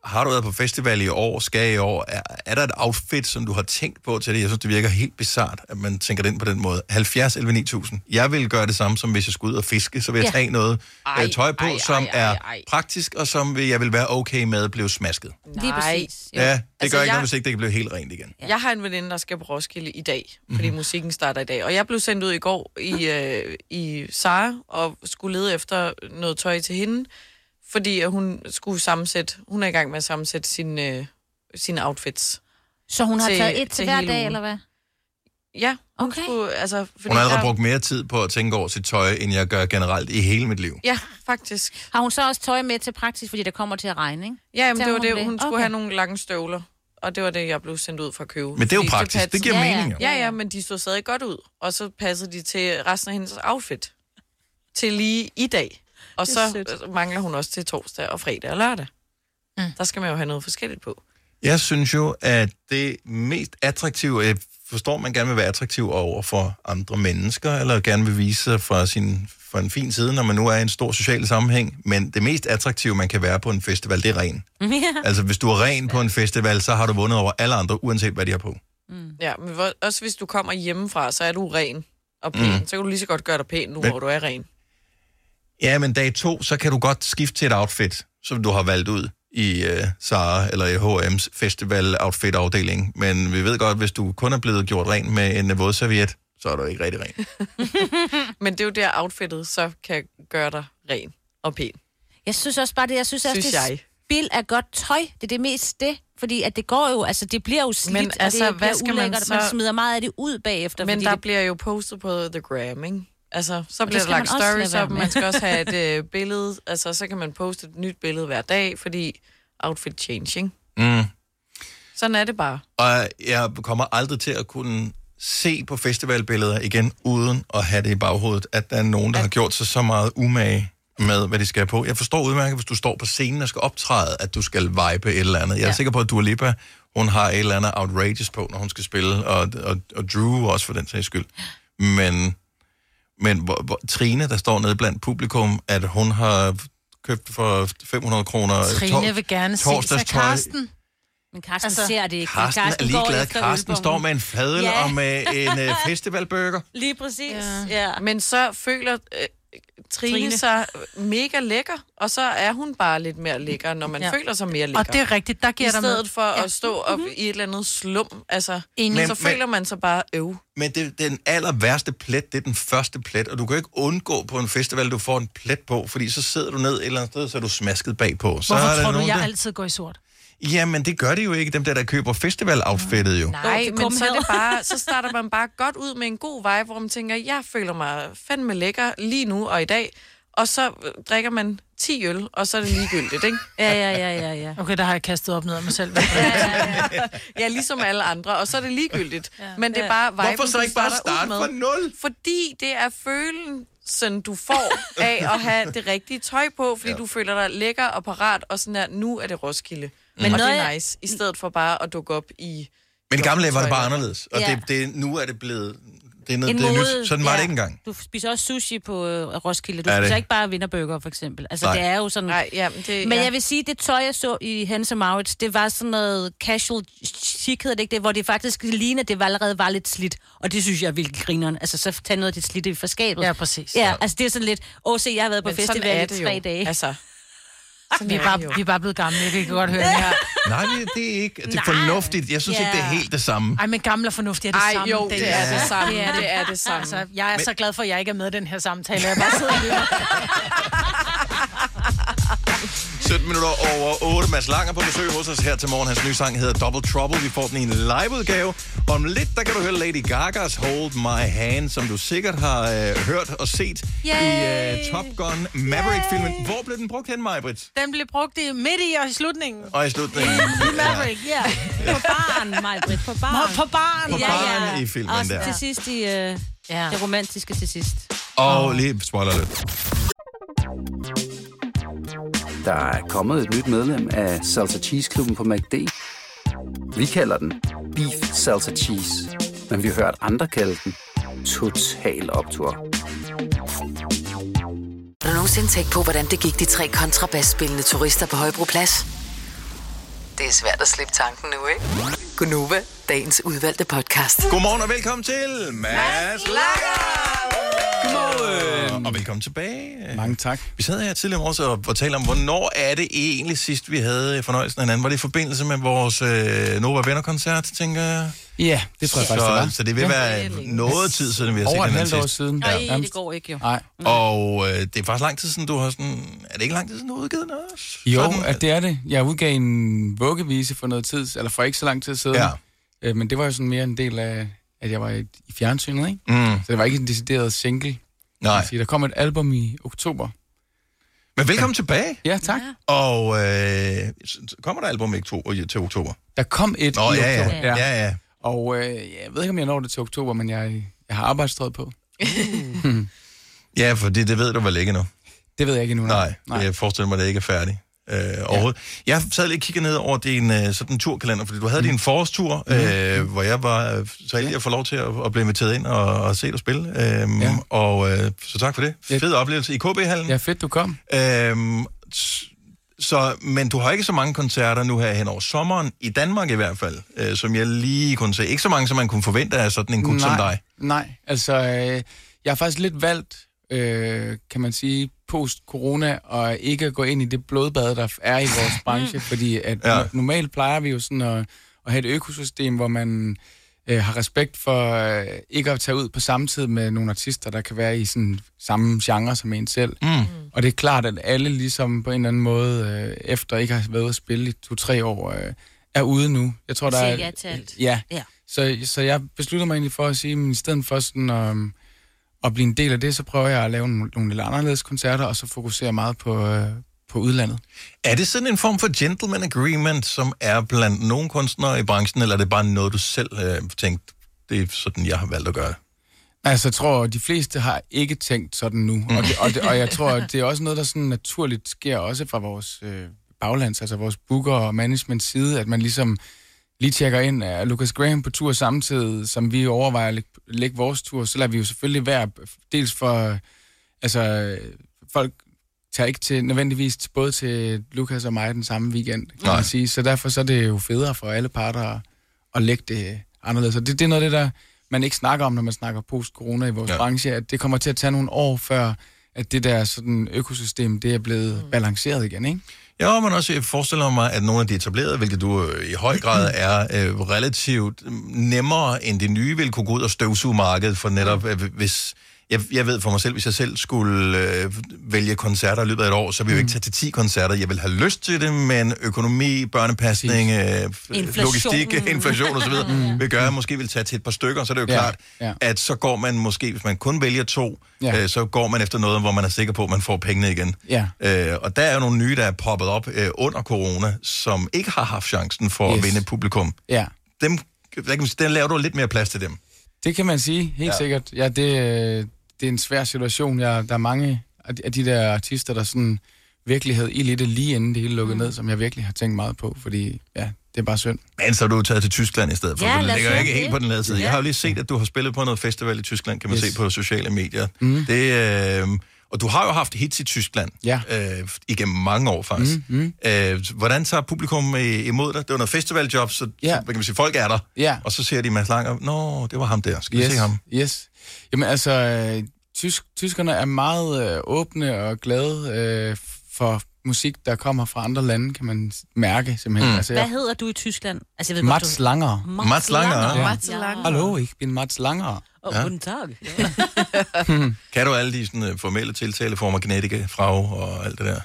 har du været på festival i år, skal i år, er, er der et outfit, som du har tænkt på til det? Jeg synes, det virker helt bizart, at man tænker den på den måde. 70 11 9000. Jeg vil gøre det samme, som hvis jeg skulle ud og fiske, så vil jeg Ja. tage noget Ej, ej, tøj på, ej, ej, ej, som ej, ej, er praktisk, og som vil- jeg vil være okay med blev smasket. Lige præcis. Ja, det altså, gør ikke jeg, noget, hvis ikke det kan blive helt rent igen. Jeg har en veninde, der skal på Roskilde i dag, fordi Mhm. mm. musikken starter i dag. Og jeg blev sendt ud i går i, øh, i Sara og skulle lede efter noget tøj til hende, fordi at hun skulle sammensætte, hun er i gang med at sammensætte sin, øh, sine outfits. Så hun har til- taget et til hver hele dag, ugen. eller hvad? Ja, hun okay. skulle, altså... Fordi Hun har allerede der- brugt mere tid på at tænke over sit tøj, end jeg gør generelt i hele mit liv. Ja, faktisk. Har hun så også tøj med til praksis, fordi det kommer til at regne, ikke? Ja, men Tager det var det. Hun skulle Okay. have nogle lange støvler, og det var det, jeg blev sendt ud for at købe. Men det er jo Fordi praktisk. passede- Det giver ja, mening, jo. Ja. ja, ja, men de så stadig godt ud, og så passede de til resten af hendes outfit til lige i dag. Og øh, Det er så mangler hun også til torsdag og fredag og lørdag. Mm. Der skal man jo have noget forskelligt på. Jeg synes jo, at det mest attraktive, jeg forstår, man gerne vil være attraktiv over for andre mennesker, eller gerne vil vise sig fra, sin, fra en fin side, når man nu er i en stor social sammenhæng, men det mest attraktive, man kan være på en festival, det er ren. Altså, hvis du er ren på en festival, så har du vundet over alle andre, uanset hvad de har på. Mm. Ja, men hvor, også hvis du kommer hjemmefra, så er du ren og Mm. pæn. Mm. Så kan du lige så godt gøre dig pæn nu, Men- men... hvor du er ren. Ja, men dag to, så kan du godt skifte til et outfit, som du har valgt ud i øh, Zara eller i H&M's festival-outfit-afdeling. Men vi ved godt, hvis du kun er blevet gjort ren med en øh, vådserviet, så er du ikke rigtig ren. Men det er jo der, outfittet så kan gøre dig ren og pæn. Jeg synes også bare det, jeg synes, også, Synes det jeg. spil er godt tøj. Det er det mest det. Fordi at det går jo, altså det bliver jo slidt, Men altså, og det hvad bliver skal man ulækkert, og man så- smider meget af det ud bagefter. Men fordi der det... bliver jo postet på The Gram, ikke? Altså, så Og bliver det der skal lagt man også lade stories være op, med. man skal også have et øh, billede, altså så kan man poste et nyt billede hver dag, fordi outfit changing. Mm. Sådan er det bare. Og jeg kommer aldrig til at kunne se på festivalbilleder igen, uden at have det i baghovedet, at der er nogen, der har gjort sig så meget umage med, hvad de skal have på. Jeg forstår udmærket, hvis du står på scenen og skal optræde, at du skal vibe et eller andet. Jeg er ja. Ja. sikker på, at Dua Lipa, hun har et eller andet outrageous på, når hun skal spille, og, og, og Drew også for den sags skyld. Men, men hvor, hvor, Trine, der står nede blandt publikum, at hun har købt for 500 kroner Trine vil gerne se sig torsdagstøj. Karsten. Men Karsten altså, ser det ikke. Karsten, Karsten er går ligeglad. efter Karsten ølbongen. står med en fadel Ja. ja. og med en øh, festivalburger. Lige præcis. Ja. Ja. Men så føler øh, Trine, Trine. Trine sig mega lækker, og så er hun bare lidt mere lækker, når man Ja. ja. føler sig mere Og lækker. det er rigtigt, der giver I jeg dig stedet med. for Ja. at stå op mm-hmm. i et eller andet slum, altså, Men- men, så men- føler man sig bare øv. Men det, den aller værste plet, det er den første plet, og du kan ikke undgå på en festival, du får en plet på, fordi så sidder du ned et eller andet sted, så er du smasket bagpå. Så er Hvorfor der tror du, nogen, jeg der... altid går i sort? Jamen, det gør det jo ikke, dem der, der køber festival-outfittet jo. Nej, det er men så, er kumhed. det bare, så starter man bare godt ud med en god vibe, hvor man tænker, jeg føler mig fandme lækker lige nu og i dag. Og så øh, drikker man 10 øl, og så er det ligegyldigt, ikke? Ja, ja, ja, ja, ja. Okay, der har jeg kastet op ned af mig selv. Ja, ligesom alle andre, og så er det ligegyldigt. Ja. Men det er Ja. bare viben, Hvorfor så du ikke bare starter ud starte med. fra nul? Fordi det er følelsen, du får af at have det rigtige tøj på, fordi ja. du føler dig lækker og parat, og sådan der, nu er det Roskilde. Men Men og noget, det er jeg- nice, i stedet for bare at dukke op i... Men i gamle dage var det bare Tøj. anderledes, og Ja. det, det, nu er det blevet... Det er, noget, En det er mode, nyt. Sådan var ja. det ikke engang. Du spiser også sushi på øh, Roskilde. Du Er det? spiser ikke bare vinderbøger, for eksempel. Altså, Nej. Nej. det er jo sådan... Nej, ja, men det... Men Øh, ja. jeg vil sige, det tøj, jeg så i Hans Maurits, det var sådan noget casual chic, hedder det ikke det, hvor det faktisk ligner, at det var allerede var lidt slidt. Og det synes jeg er virkelig grineren. Altså, så tag noget af dit slidte fra skabet. Ja, præcis. Ja, altså det er sådan lidt, åh se, jeg har været på Men sådan er festival i det tre jo. dage. Altså, vi, er bare, vi er bare blevet gamle, det kan godt høre det her. Nej, men det er ikke det er Nej. fornuftigt. Jeg synes Ja. yeah. ikke, det er helt det samme. Ej, men gamle og fornuftige er det Ej, samme. jo, det er det samme. Det er det samme. Altså, jeg er Men- så glad for, at jeg ikke er med i den her samtale. Jeg bare sidder og lytter. 17 minutter over 8. Mads Langer på besøg hos os her til morgen. Hans nye sang hedder Double Trouble. Vi får den i en liveudgave. Om lidt, der kan du høre Lady Gagas Hold My Hand, som du sikkert har øh, hørt og set i øh, Top Gun Maverick-filmen. Hvor blev den brugt hen, Majbrit? Den blev brugt i midt i og i slutningen. Og i slutningen. I Maverick, ja. På barn, Majbrit, på barn. På barn. På barn i filmen Også der. til sidst i, øh, ja. det romantiske til sidst. Og lige spoiler lidt. Der er kommet et nyt medlem af Salsa Cheese Klubben på MACD. Vi kalder den Beef Salsa Cheese, men vi har hørt andre kalde den Total Optor. Har du nogensinde tænkt på, hvordan det gik de tre kontrabasspillende turister på Højbroplads? Det er svært at slippe tanken nu, ikke? Gunova, dagens udvalgte podcast. Godmorgen og velkommen til Mads Langer! Godmorgen. Og velkommen tilbage. Mange tak. Vi sad her tidligere om og, og talte om, hvornår er det egentlig sidst, vi havde øh, fornøjelsen af hinanden? Var det i forbindelse med vores øh, Nova Venner-koncert, tænker jeg? Ja, det tror jeg så, faktisk, det var. Så det vil Ja. være noget tid siden, vi har set Over et hinanden halvt år sidst. siden. Ja. Nej, det går ikke jo. Nej. Og øh, det er faktisk lang tid siden, du har sådan... Er det ikke lang tid siden, du har udgivet noget? Jo, Sådan, at det er det. Jeg udgav en vuggevise for noget tid, eller for ikke så lang tid siden. Ja. Øh, Men det var jo sådan mere en del af, at jeg var i i fjernsynet, ikke? Mm. Så det var ikke en decideret single. kan Nej. man sige. Der kom et album i oktober. Men velkommen tilbage. Ja, tak. Og øh, s- s- kommer der album i oktober, til oktober? Der kom et Nå, i ja, ja. oktober. Ja, ja. Og øh, jeg ved ikke, om jeg når det til oktober, men jeg, jeg har arbejdstøjet på. Ja, for det, det ved du vel ikke nu. Det ved jeg ikke nu. Nej, Nej. jeg forestiller mig, at det ikke er færdigt. øh, overhovedet. Ja. Jeg sad lige og kiggede ned over din øh, sådan turkalender, fordi du havde mm. din forårstur, øh, mm. hvor jeg var øh, så heldig at få lov til at, at blive inviteret ind og, og se dig spille. Øhm, ja. Og øh, så tak for det. Fed oplevelse i KB-hallen. Ja, fedt du kom. Øhm, s- så, men du har ikke så mange koncerter nu her hen over sommeren, i Danmark i hvert fald, øh, som jeg lige kunne se. Ikke så mange, som man kunne forvente af sådan en gut som dig. Nej, altså øh, jeg har faktisk lidt valgt, øh, kan man sige, post-corona, og ikke at gå ind i det blodbad, der er i vores branche, fordi at ja. normalt plejer vi jo sådan at, at have et økosystem, hvor man øh, har respekt for øh, ikke at tage ud på samme tid med nogle artister, der kan være i sådan samme genre som en selv. Mm. Og det er klart, at alle ligesom på en eller anden måde, øh, efter ikke at have været ude at spille i to-tre år, øh, er ude nu. Jeg tror, der Siger er... ja til alt. Ja. Ja. Så, så jeg besluttede mig egentlig for at sige, at i stedet for sådan at, at blive en del af det, så prøver jeg at lave nogle, nogle lidt anderledes koncerter, og så fokusere meget på, øh, på udlandet. Er det sådan en form for gentleman agreement, som er blandt nogle kunstnere i branchen, eller er det bare noget, du selv øh, tænkte, det er sådan, jeg har valgt at gøre? det? Altså, jeg tror, at de fleste har ikke tænkt sådan nu. Og, det, og, det, og jeg tror, at det er også noget, der sådan naturligt sker, også fra vores øh, baglands, altså vores booker og management side, at man ligesom lige tjekker ind, er Lucas Graham på tur samtidig, som vi overvejer at lægge, lægge vores tur, så lader vi jo selvfølgelig være, dels for, altså, øh, folk tager ikke til, nødvendigvis både til Lukas og mig den samme weekend, kan Nej. man sige. Så derfor så er det jo federe for alle parter at, at lægge det anderledes. Og det, det er noget af det, der man ikke snakker om, når man snakker post-corona i vores ja. branche, at det kommer til at tage nogle år før, at det der sådan økosystem, det er blevet mm. balanceret igen, ikke? Ja, men også jeg forestiller mig, at nogle af de etablerede, hvilket du øh, i høj grad er, øh, relativt øh, nemmere end de nye, vil kunne gå ud og støvsuge markedet for netop, øh, hvis... Jeg, jeg ved for mig selv, hvis jeg selv skulle øh, vælge koncerter i løbet af et år, så ville jeg jo Mm. ikke tage til 10 koncerter. Jeg vil have lyst til det, men økonomi, børnepasning, øh, Inflation. logistik, inflation osv. Mm. vil gøre, at jeg måske vil tage til et par stykker, så er det jo Ja, klart, ja. at så går man måske, hvis man kun vælger to, Ja. øh, så går man efter noget, hvor man er sikker på, at man får pengene igen. Ja. Øh, og der er jo nogle nye, der er poppet op øh, under corona, som ikke har haft chancen for yes. at Yes. vinde publikum. Ja. Dem, der, kan man sige, der laver du lidt mere plads til dem. Det kan man sige, helt Ja. ja. sikkert. Ja, det, øh, det er en svær situation. Jeg, der er mange af de, af de der artister, der sådan virkelig havde ild i det lige inden det hele lukkede mm. ned, som jeg virkelig har tænkt meget på, fordi ja, det er bare synd. Men så er du taget til Tyskland i stedet for, Ja, ja, det lad os ligger jo høre ikke det. helt på den lade side. Jeg har jo lige set, at du har spillet på noget festival i Tyskland, kan man yes. Yes. se på sociale medier. Mm. Mm. Det, øh, og du har jo haft hits i Tyskland Ja. øh, igennem mange år faktisk. Mm. Mm. Øh, hvordan tager publikum øh, imod dig? Det var noget festivaljob, så, ja. så Ja. hvad kan man sige, folk er der. Ja. Og så ser de Mads Langer, nå, det var ham der, skal vi yes, se ham? Yes. Jamen altså, øh, tysk, tyskerne er meget øh, åbne og glade øh, for musik, der kommer fra andre lande, kan man s- mærke simpelthen. Mm. Altså, Hvad jeg- hedder du i Tyskland? Altså, jeg ved godt, Mats du... Langer. Mats Mats Langer, Langer. Ja. Mats Langer. Hallo, jeg bin Mats Langer. Oh, Ja. Guten Tag. Kan du alle de sådan, øh, formelle tiltaleformer, genetika, frag og alt det der?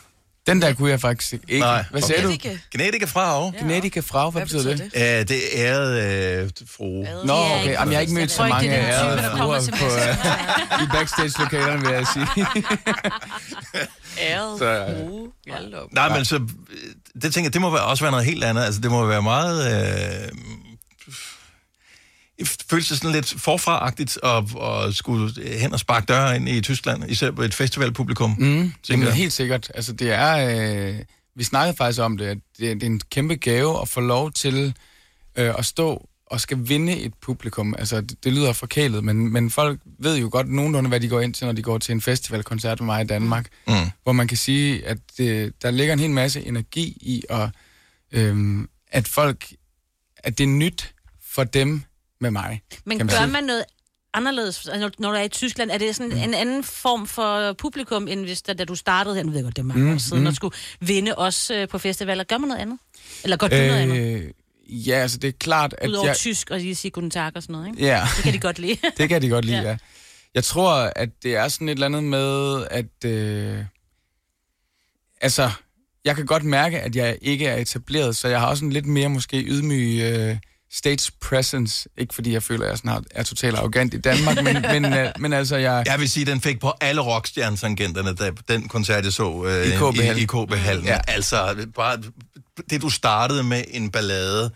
Den der kunne jeg faktisk ikke. Nej. Hvad sagde du? Genetika. Genetika frag. Genetika frag, hvad, betyder det? Æh, det er ærede øh, fru. Nå, okay. Jamen, jeg har ikke mødt så mange af jer der på, på uh, i backstage-lokalerne, vil jeg sige. Æret. Så, øh, Frue. Hold op. Nej, men så, øh, det tænker jeg, det må være, også være noget helt andet. Altså, det må være meget... Øh, f- føles det sådan lidt forfra-agtigt at, at skulle hen og sparke døre ind i Tyskland, især på et festivalpublikum. Mm, tænker Jamen, jeg. helt sikkert. Altså, det er... Øh, vi snakkede faktisk om det, at det, er- det er en kæmpe gave at få lov til øh, at stå og skal vinde et publikum. Altså, det, det lyder forkælet, men, men folk ved jo godt nogenlunde, hvad de går ind til, når de går til en festivalkoncert med mig i Danmark. Mm. Hvor man kan sige, at øh, der ligger en hel masse energi i, at, øh, at folk... At det er nyt for dem med mig. Men kan gør sige. Mm. man noget anderledes, altså, når- når du er i Tyskland? Er det sådan en anden form for publikum, end hvis, da, da du startede her? Nu ved jeg godt, det er mange Mm, år siden, mm. og skulle vinde også øh, på festivaler. Gør man noget andet? Eller gør du øh, noget andet? øh, Ja, altså det er klart, at Udover jeg... jeg... tysk og lige sige guten tag og sådan noget, ikke? Ja. Det kan de godt lide. det kan de godt lide, ja. ja. Jeg tror, at det er sådan et eller andet med, at... Øh, altså, jeg kan godt mærke, at jeg ikke er etableret, så jeg har også en lidt mere måske ydmyg øh, stage presence. Ikke fordi jeg føler, at jeg sådan har, er totalt arrogant i Danmark, men, men, øh, men altså, jeg... Jeg vil sige, den fik på alle rockstjernetargenterne, da den koncert, jeg så øh, I KB i, Hallen. i KB Hallen. Ja. Ja. Altså, bare det, du startede med en ballade,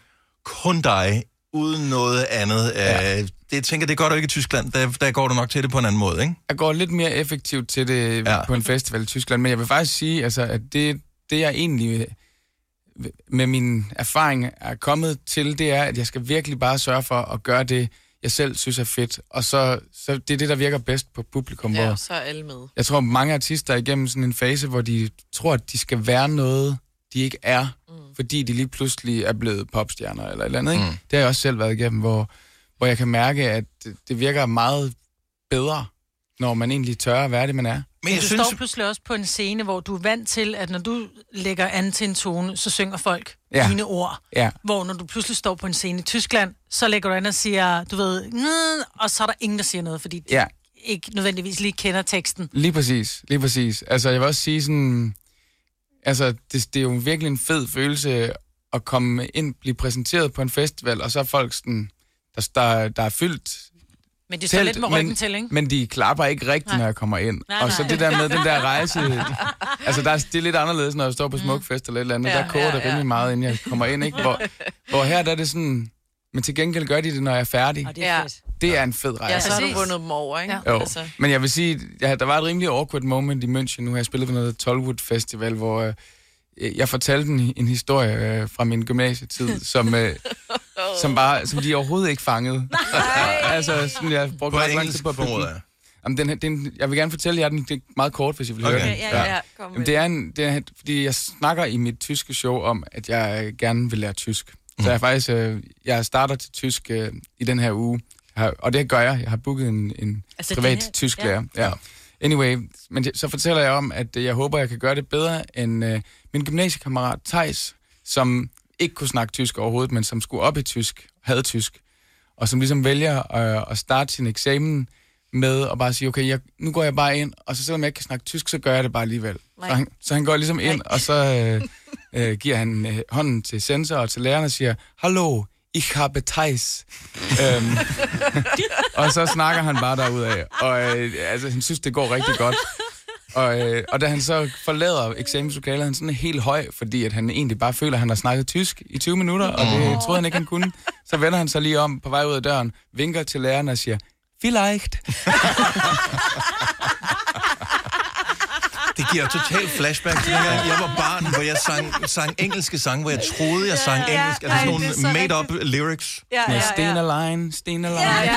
kun dig, uden noget andet. Ja. Øh, det jeg tænker det gør du ikke i Tyskland. Der, der går du nok til det på en anden måde, ikke? Jeg går lidt mere effektivt til det ja. på en festival i Tyskland, men jeg vil faktisk sige, altså, at det, det jeg egentlig øh, med min erfaring er kommet til, det er, at jeg skal virkelig bare sørge for at gøre det, jeg selv synes er fedt. Og så, så det er det, der virker bedst på publikum. Ja, hvor, så er alle med. jeg tror, mange artister er igennem sådan en fase, hvor de tror, at de skal være noget, de ikke er, mm. fordi de lige pludselig er blevet popstjerner eller et eller andet. Ikke? Mm. Mm. Det har jeg også selv været igennem, hvor, hvor jeg kan mærke, at det- det virker meget bedre, når man egentlig tør at være det, man er. Men jeg du synes... står pludselig også på en scene, hvor du er vant til, at når du lægger an til en tone, så synger folk ja. Ja. dine ord. Ja. Hvor når du pludselig står på en scene i Tyskland, så lægger du an og siger, du ved, "Mm", og så er der ingen, der siger noget, fordi de Ja. ikke nødvendigvis lige kender teksten. Lige præcis, lige præcis. Altså, jeg vil også sige sådan... Altså, det, det er jo virkelig en fed følelse at komme ind, blive præsenteret på en festival, og så er folk sådan, der, der, der er fyldt Men det står lidt med ryggen til, ikke? Men de klapper ikke rigtigt, nej. når jeg kommer ind. Nej, Nej, og så nej. det der med den der rejse... altså, der er, det er lidt anderledes, når jeg står på Mm. smukfest eller et eller andet. Ja, Ja, der koger ja, ja, det ja. rimelig meget, inden jeg kommer ind, ikke? Hvor, hvor her der er det sådan... Men til gengæld gør de det, når jeg er færdig. det er fedt. Det er en fed rejse. Ja, så har du vundet dem over, ikke? Jo, altså. men jeg vil sige, ja, der var et rimelig awkward moment i München. Nu har jeg spillet på noget Tollwood Festival, hvor øh, jeg fortalte en, en historie øh, fra min gymnasietid, som, øh, som, bare, som de overhovedet ikke fangede. altså, sådan, jeg brugte På ret lang engelsk tid på at formoder bygge jeg. den. Jamen, den, her- den, jeg vil gerne fortælle jer den det er meget kort, hvis I vil Okay. høre den. Ja, ja, ja. Kom med Jamen, det er en, det er, fordi jeg snakker i mit tyske show om, at jeg øh, gerne vil lære tysk. Så jeg faktisk, øh, jeg starter til tysk øh, i den her uge, Jeg har, og det gør jeg. Jeg har booket en, en Altså, altså, det privat her- tysk ja. lærer. Ja. Anyway, men det- så fortæller jeg om, at øh, jeg håber, jeg kan gøre det bedre end øh, min gymnasiekammerat Tejs, som ikke kunne snakke tysk overhovedet, men som skulle op i tysk, havde tysk, og som ligesom vælger øh, at starte sin eksamen med at bare sige, okay, jeg, nu går jeg bare ind, og så selvom jeg ikke kan snakke tysk, så gør jeg det bare alligevel. Nej. Så han, så han går ligesom ind, og så øh, øh, giver han øh, hånden til sensor og til læreren og siger, Hallo, ich habe Thais. øhm, og så snakker han bare derudad. Og øh, altså, han synes, det går rigtig godt. Og, øh, og da han så forlader eksamenslokalet, er han sådan helt høj, fordi at han egentlig bare føler, at han har snakket tysk i 20 minutter, og det troede han ikke, han kunne. Så vender han sig lige om på vej ud af døren, vinker til læreren og siger, Vielleicht. Det giver total flashback til dengang, jeg var barn, hvor jeg sang, sang engelske sange, hvor jeg troede, jeg sang Ja, ja. engelsk. Ej, Altså sådan nogle det er så made-up lyrics. Ja, ja, Med ja. Stena Line, Stena Line.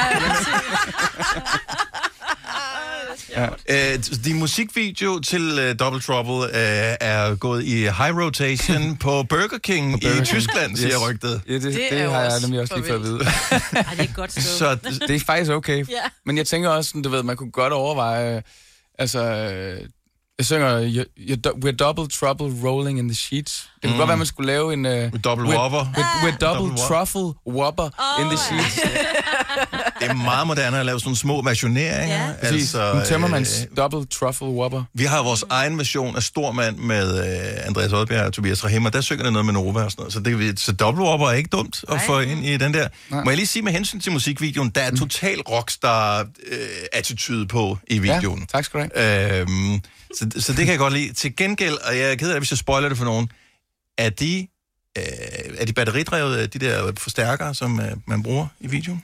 Ja. Øh, din musikvideo til uh, Double Trouble uh, er gået i high rotation på Burger King Burger i King. Tyskland, Yes. siger rygtet. Ja, det, det, det har jeg nemlig også lige fået at vide. Ej, det er et godt sted. Så det er faktisk okay. Ja. Men jeg tænker også, sådan, du ved, man kunne godt overveje, øh, altså, øh, jeg synger, "You- you do- we're double trouble rolling in the sheets. Det kunne Mm. godt være, man skulle lave en... Uh, we're double whopper. We're, we're double Double whop- truffle whopper oh, in the sheets. Det er meget moderne at lave sådan nogle små versioneringer. Ja. Præcis. En tømmermands øh, double truffle whopper. Vi har vores egen version af Stormand med øh, Andreas Odbjerg og Tobias Rahimmer. Der synger der noget med Nova og sådan noget. Så, det, er vi- så dobbeltopper er ikke dumt at få ind i den der. Nej. Må jeg lige sige med hensyn til musikvideoen, Mm. der er total rockstar-attitude på i videoen. Ja, tak skal du have. Øhm, så, så det kan jeg godt lide. Til gengæld, og jeg er ked af det, hvis jeg spoiler det for nogen, er de, øh, er de batteridrevet, øh, de der forstærkere, som øh, man bruger i videoen?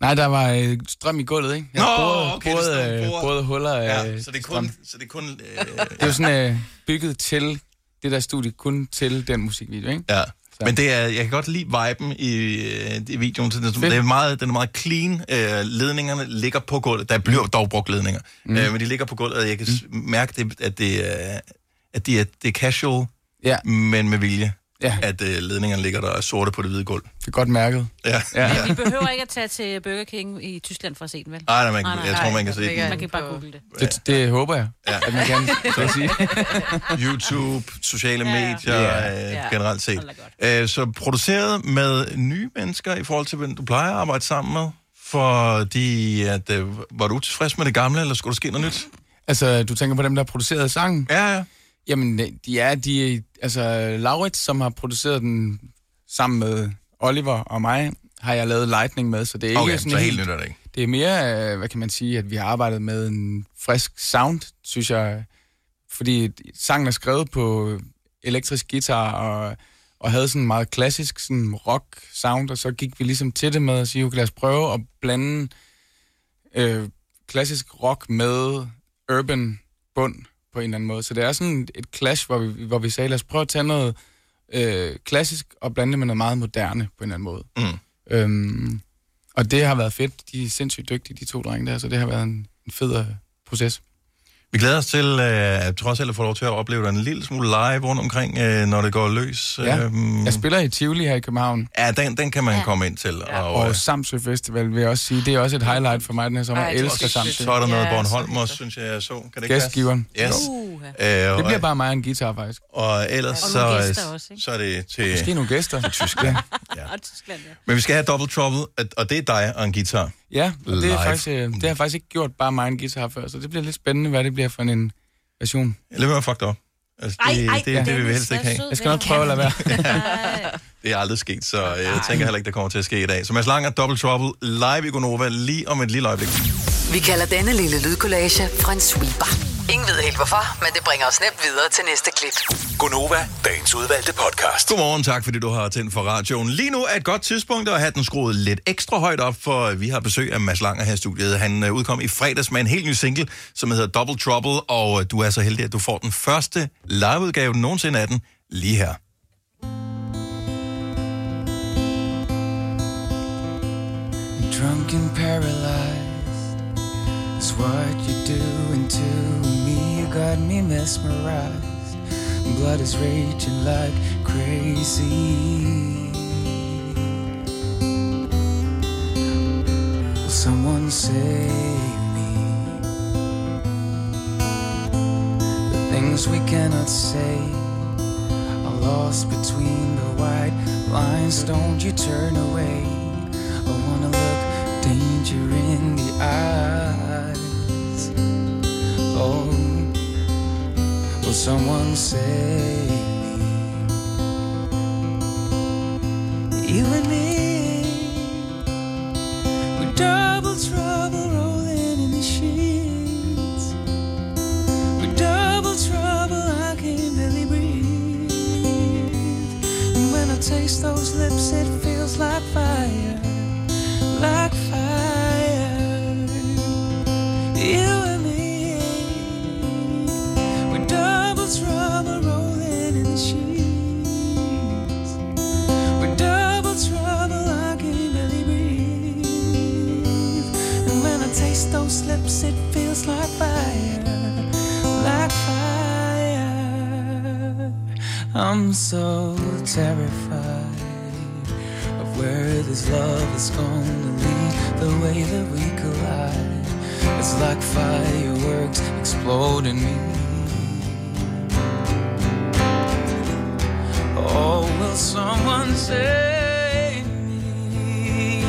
Nej, der var øh, strøm i gulvet, ikke? Jeg Nå, borede- okay, det er borede, sådan, øh, borede. borede huller af Ja, så det er kun... Så det er kun øh, Det er jo sådan øh, bygget til det der studie, kun til den musikvideo, ikke? Ja. Men det er, jeg kan godt lide viben i, øh, i videoen. Så den, det er meget, den er meget clean. Øh, ledningerne ligger på gulvet. Der bliver dog brugt ledninger. Mm. Øh, men de ligger på gulvet, og jeg kan mm. mærke, det, at, det, er- at det, er, det er casual, ja. men med vilje. Ja. At øh, ledningerne ligger der og er sorte på det hvide gulv. Det er godt mærket. Ja. ja. Vi behøver ikke at tage til Burger King i Tyskland for at se den, vel? Ej, nej, man- jeg tror, man kan se den. Man kan bare google det. Det, det håber jeg, Ja. at man kan. Så at sige. YouTube, sociale Ja. medier, Ja. Øh, Ja. generelt set. Øh, så produceret med nye mennesker i forhold til, hvem du plejer at arbejde sammen med? Fordi, at, øh, var du tilfreds med det gamle, eller skulle der ske noget nyt? Altså, du tænker på dem, der har produceret sangen? Ja, ja. Jamen, de er, de, er- altså, Laurits, som har produceret den sammen med Oliver og mig, har jeg lavet Lightning med, så det er ikke Okay, sådan så helt nyt er det ikke. Det er mere, øh, hvad kan man sige, at vi har arbejdet med en frisk sound, synes jeg, fordi sangen er skrevet på elektrisk guitar og, og havde sådan en meget klassisk sådan rock sound, og så gik vi ligesom til det med at sige, okay, lad os prøve at blande øh, klassisk rock med urban bund på på en eller anden måde. Så det er sådan et clash, hvor vi, hvor vi sagde, lad os prøve at tage noget øh, klassisk og blande det med noget meget moderne på en eller anden måde. Mm. Øhm, og det har været fedt. De er sindssygt dygtige, de to drenge der, så det har været en, en fed øh, proces. Vi glæder os til, øh, at trods alt at få lov til at opleve dig en lille smule live rundt omkring, øh, når det går løs. Ja. Øhm, Jeg spiller i Tivoli her i København. Ja, den, den kan man ja. komme ind til. øh, Ja. Og, og Samsø Festival vil jeg også sige, det er også et highlight for mig den her sommer. Ej, Jeg det er elsker også Samsø. fedt. Så er der noget Ja, Bornholm også, synes jeg, jeg så. Kan det ikke passe? Gæstgiveren. Yes. Uh, Øh, det bliver bare mig og en guitar, faktisk. Og ellers Og så, øh, nogle gæster også, så er det til... Måske nogle gæster. Til Tyskland. Ja. Og Tyskland, ja. Men vi skal have Double Trouble, at- og det er dig og en guitar. Ja, og det, Live. er faktisk, øh, det har jeg faktisk ikke gjort bare mig og en guitar før, så det bliver lidt spændende, hvad det bliver for en version. Lad være med at fuck dig op. Altså, Ej, det, ej, det, det, det vil vi Dennis, helst ikke vær have. sød Jeg skal nok ven. prøve at lade være. Ja. det er aldrig sket, så jeg tænker heller ikke, det kommer til at ske i dag. Så Mads Lang og Double Trouble live i Gonova lige om et lille øjeblik. Vi kalder denne lille lydkollage en sweeper. Ingen ved helt hvorfor, men det bringer os nemt videre til næste klip. Gonova, dagens udvalgte podcast. Godmorgen, tak fordi du har tændt for radioen. Lige nu er et godt tidspunkt at have den skruet lidt ekstra højt op, for vi har besøg af Mads Langer her i studiet. Han øh, udkom i fredags med en helt ny single, som hedder Double Trouble, og øh, du er så heldig, at du får den første liveudgave nogensinde af den lige her. Drunk and paralyzed is what you're doing to me. You got me mesmerized. Blood is raging like crazy. Will someone save me? The things we cannot say are lost between the white lines. Don't you turn away? I wanna look danger in the eyes. Oh, will someone save me? You and me, we're double trouble rolling in the sheets. We're double trouble, I can barely breathe. And when I taste those lips, it feels like fire like fire. You and me, we're double trouble rolling in the sheets. We're double trouble, I can barely breathe. And when I taste those lips, it feels like fire, like fire. I'm so terrified of where this love is going to lead. The way that we collide, it's like fireworks exploding me. Oh, will someone save me?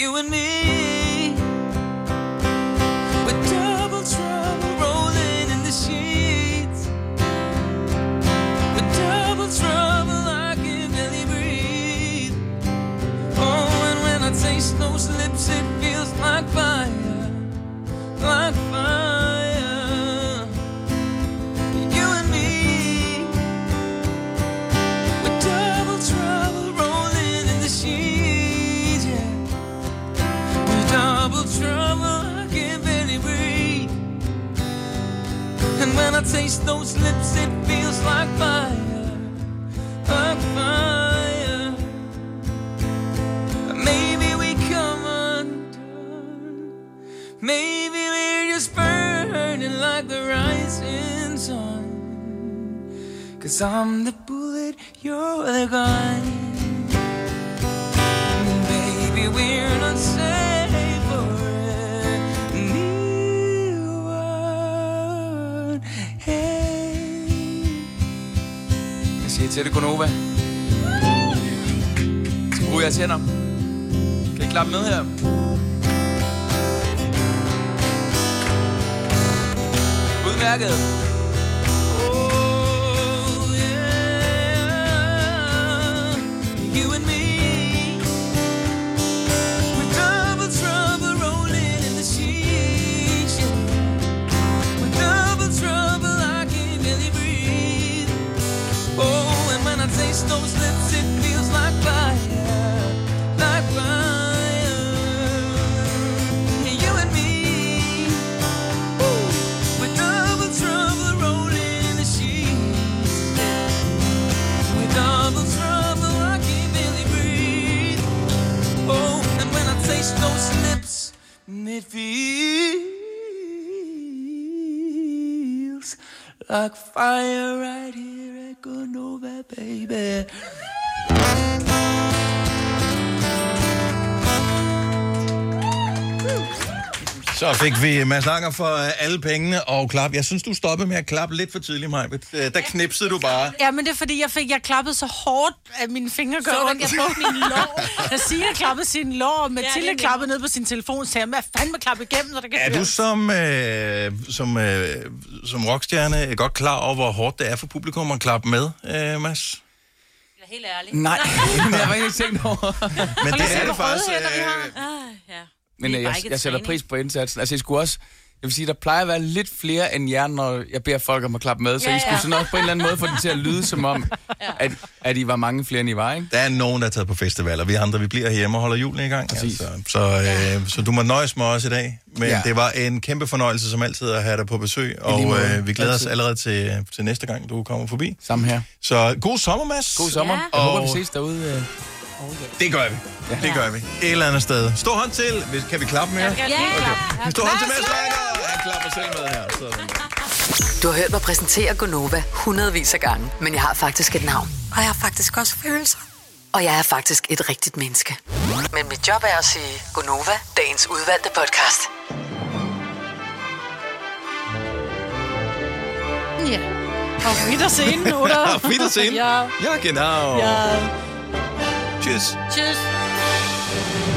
You and me, we're double trouble rolling in the sheets. With double trouble, I can barely breathe. Oh, and when I taste those lips, it feels like fire, like fire. You and me, with double trouble rolling in the sheets, yeah. With double trouble, I can barely breathe. And when I taste those lips, it feels like fire, like fire. Maybe we come undone. Maybe we're just burning like the rising sun. Cause I'm the bullet, you're the gun. Baby, we're not safe for anyone. Jeg siger til det, Gunova. Så bruger jeg tænder. Kan I klappe med her? Udmærket. Oh, You and me, we're double trouble rolling in the sheets. yeah. We're double trouble, I can barely breathe. Oh, and when I taste those lips, it feels like fire, like fire. Yeah, You and me, Ooh. like fire right here at Gonova, baby. Så fik vi Mads Langer for øh, alle pengene og klap. Jeg synes, du stoppede med at klappe lidt for tidligt, Maja. Øh, Der knipsede du bare. Ja, men det er fordi, jeg, fik, jeg klappede så hårdt, at mine fingre gør Så du ondt. ikke, jeg brugte min lår? Da Signe klappede sin lår, og det er Mathilde ja, nemmere. klappede ned på sin telefon, så jeg, hvad fanden med klappe igennem, så der kan Er du høres?" som, øh, som, øh, som rockstjerne godt klar over, hvor hårdt det er for publikum at klappe med, øh, Mads? Helt ærligt. Nej, men jeg har ikke tænkt over. Men det er det faktisk. øh, Ah, ja. Men Vi er øh, bare jeg, ikke et jeg sætter træning. pris på indsatsen. Altså, I skulle også... Jeg vil sige, der plejer at være lidt flere end jer, når jeg beder folk om at klappe med. Så Ja, I skulle ja. sådan også på en eller anden måde få det til at lyde som om, at, at I var mange flere, end I var, ikke? Der er nogen, der er taget på festival, og vi andre, vi bliver hjemme og holder julen i gang. Altså, så, øh, så du må nøjes med os i dag. Men ja. Ja. det var en kæmpe fornøjelse, som altid, at have dig på besøg. Og måde. øh, vi glæder os Altid. allerede til, til næste gang, du kommer forbi. Samme her. Så god sommer, Mads. God sommer. Ja. Jeg Og håber, vi ses derude. øh. det gør vi. Det gør vi. Et eller andet sted. Stor hånd til. Hvis- Kan vi klappe mere? Ja, ja. Okay. Stor hånd til Mads Langer. Han klapper selv med her. Så. Du har hørt mig præsentere Gonova hundredvis af gange, men jeg har faktisk et navn. Og jeg har faktisk også følelser. Og jeg er faktisk et rigtigt menneske. Men mit job er at sige Gonova, dagens udvalgte podcast. Ja. Auf Wiedersehen, oder? Auf Wiedersehen. Ja. Ja, genau. Ja. Tschüss. Tschüss.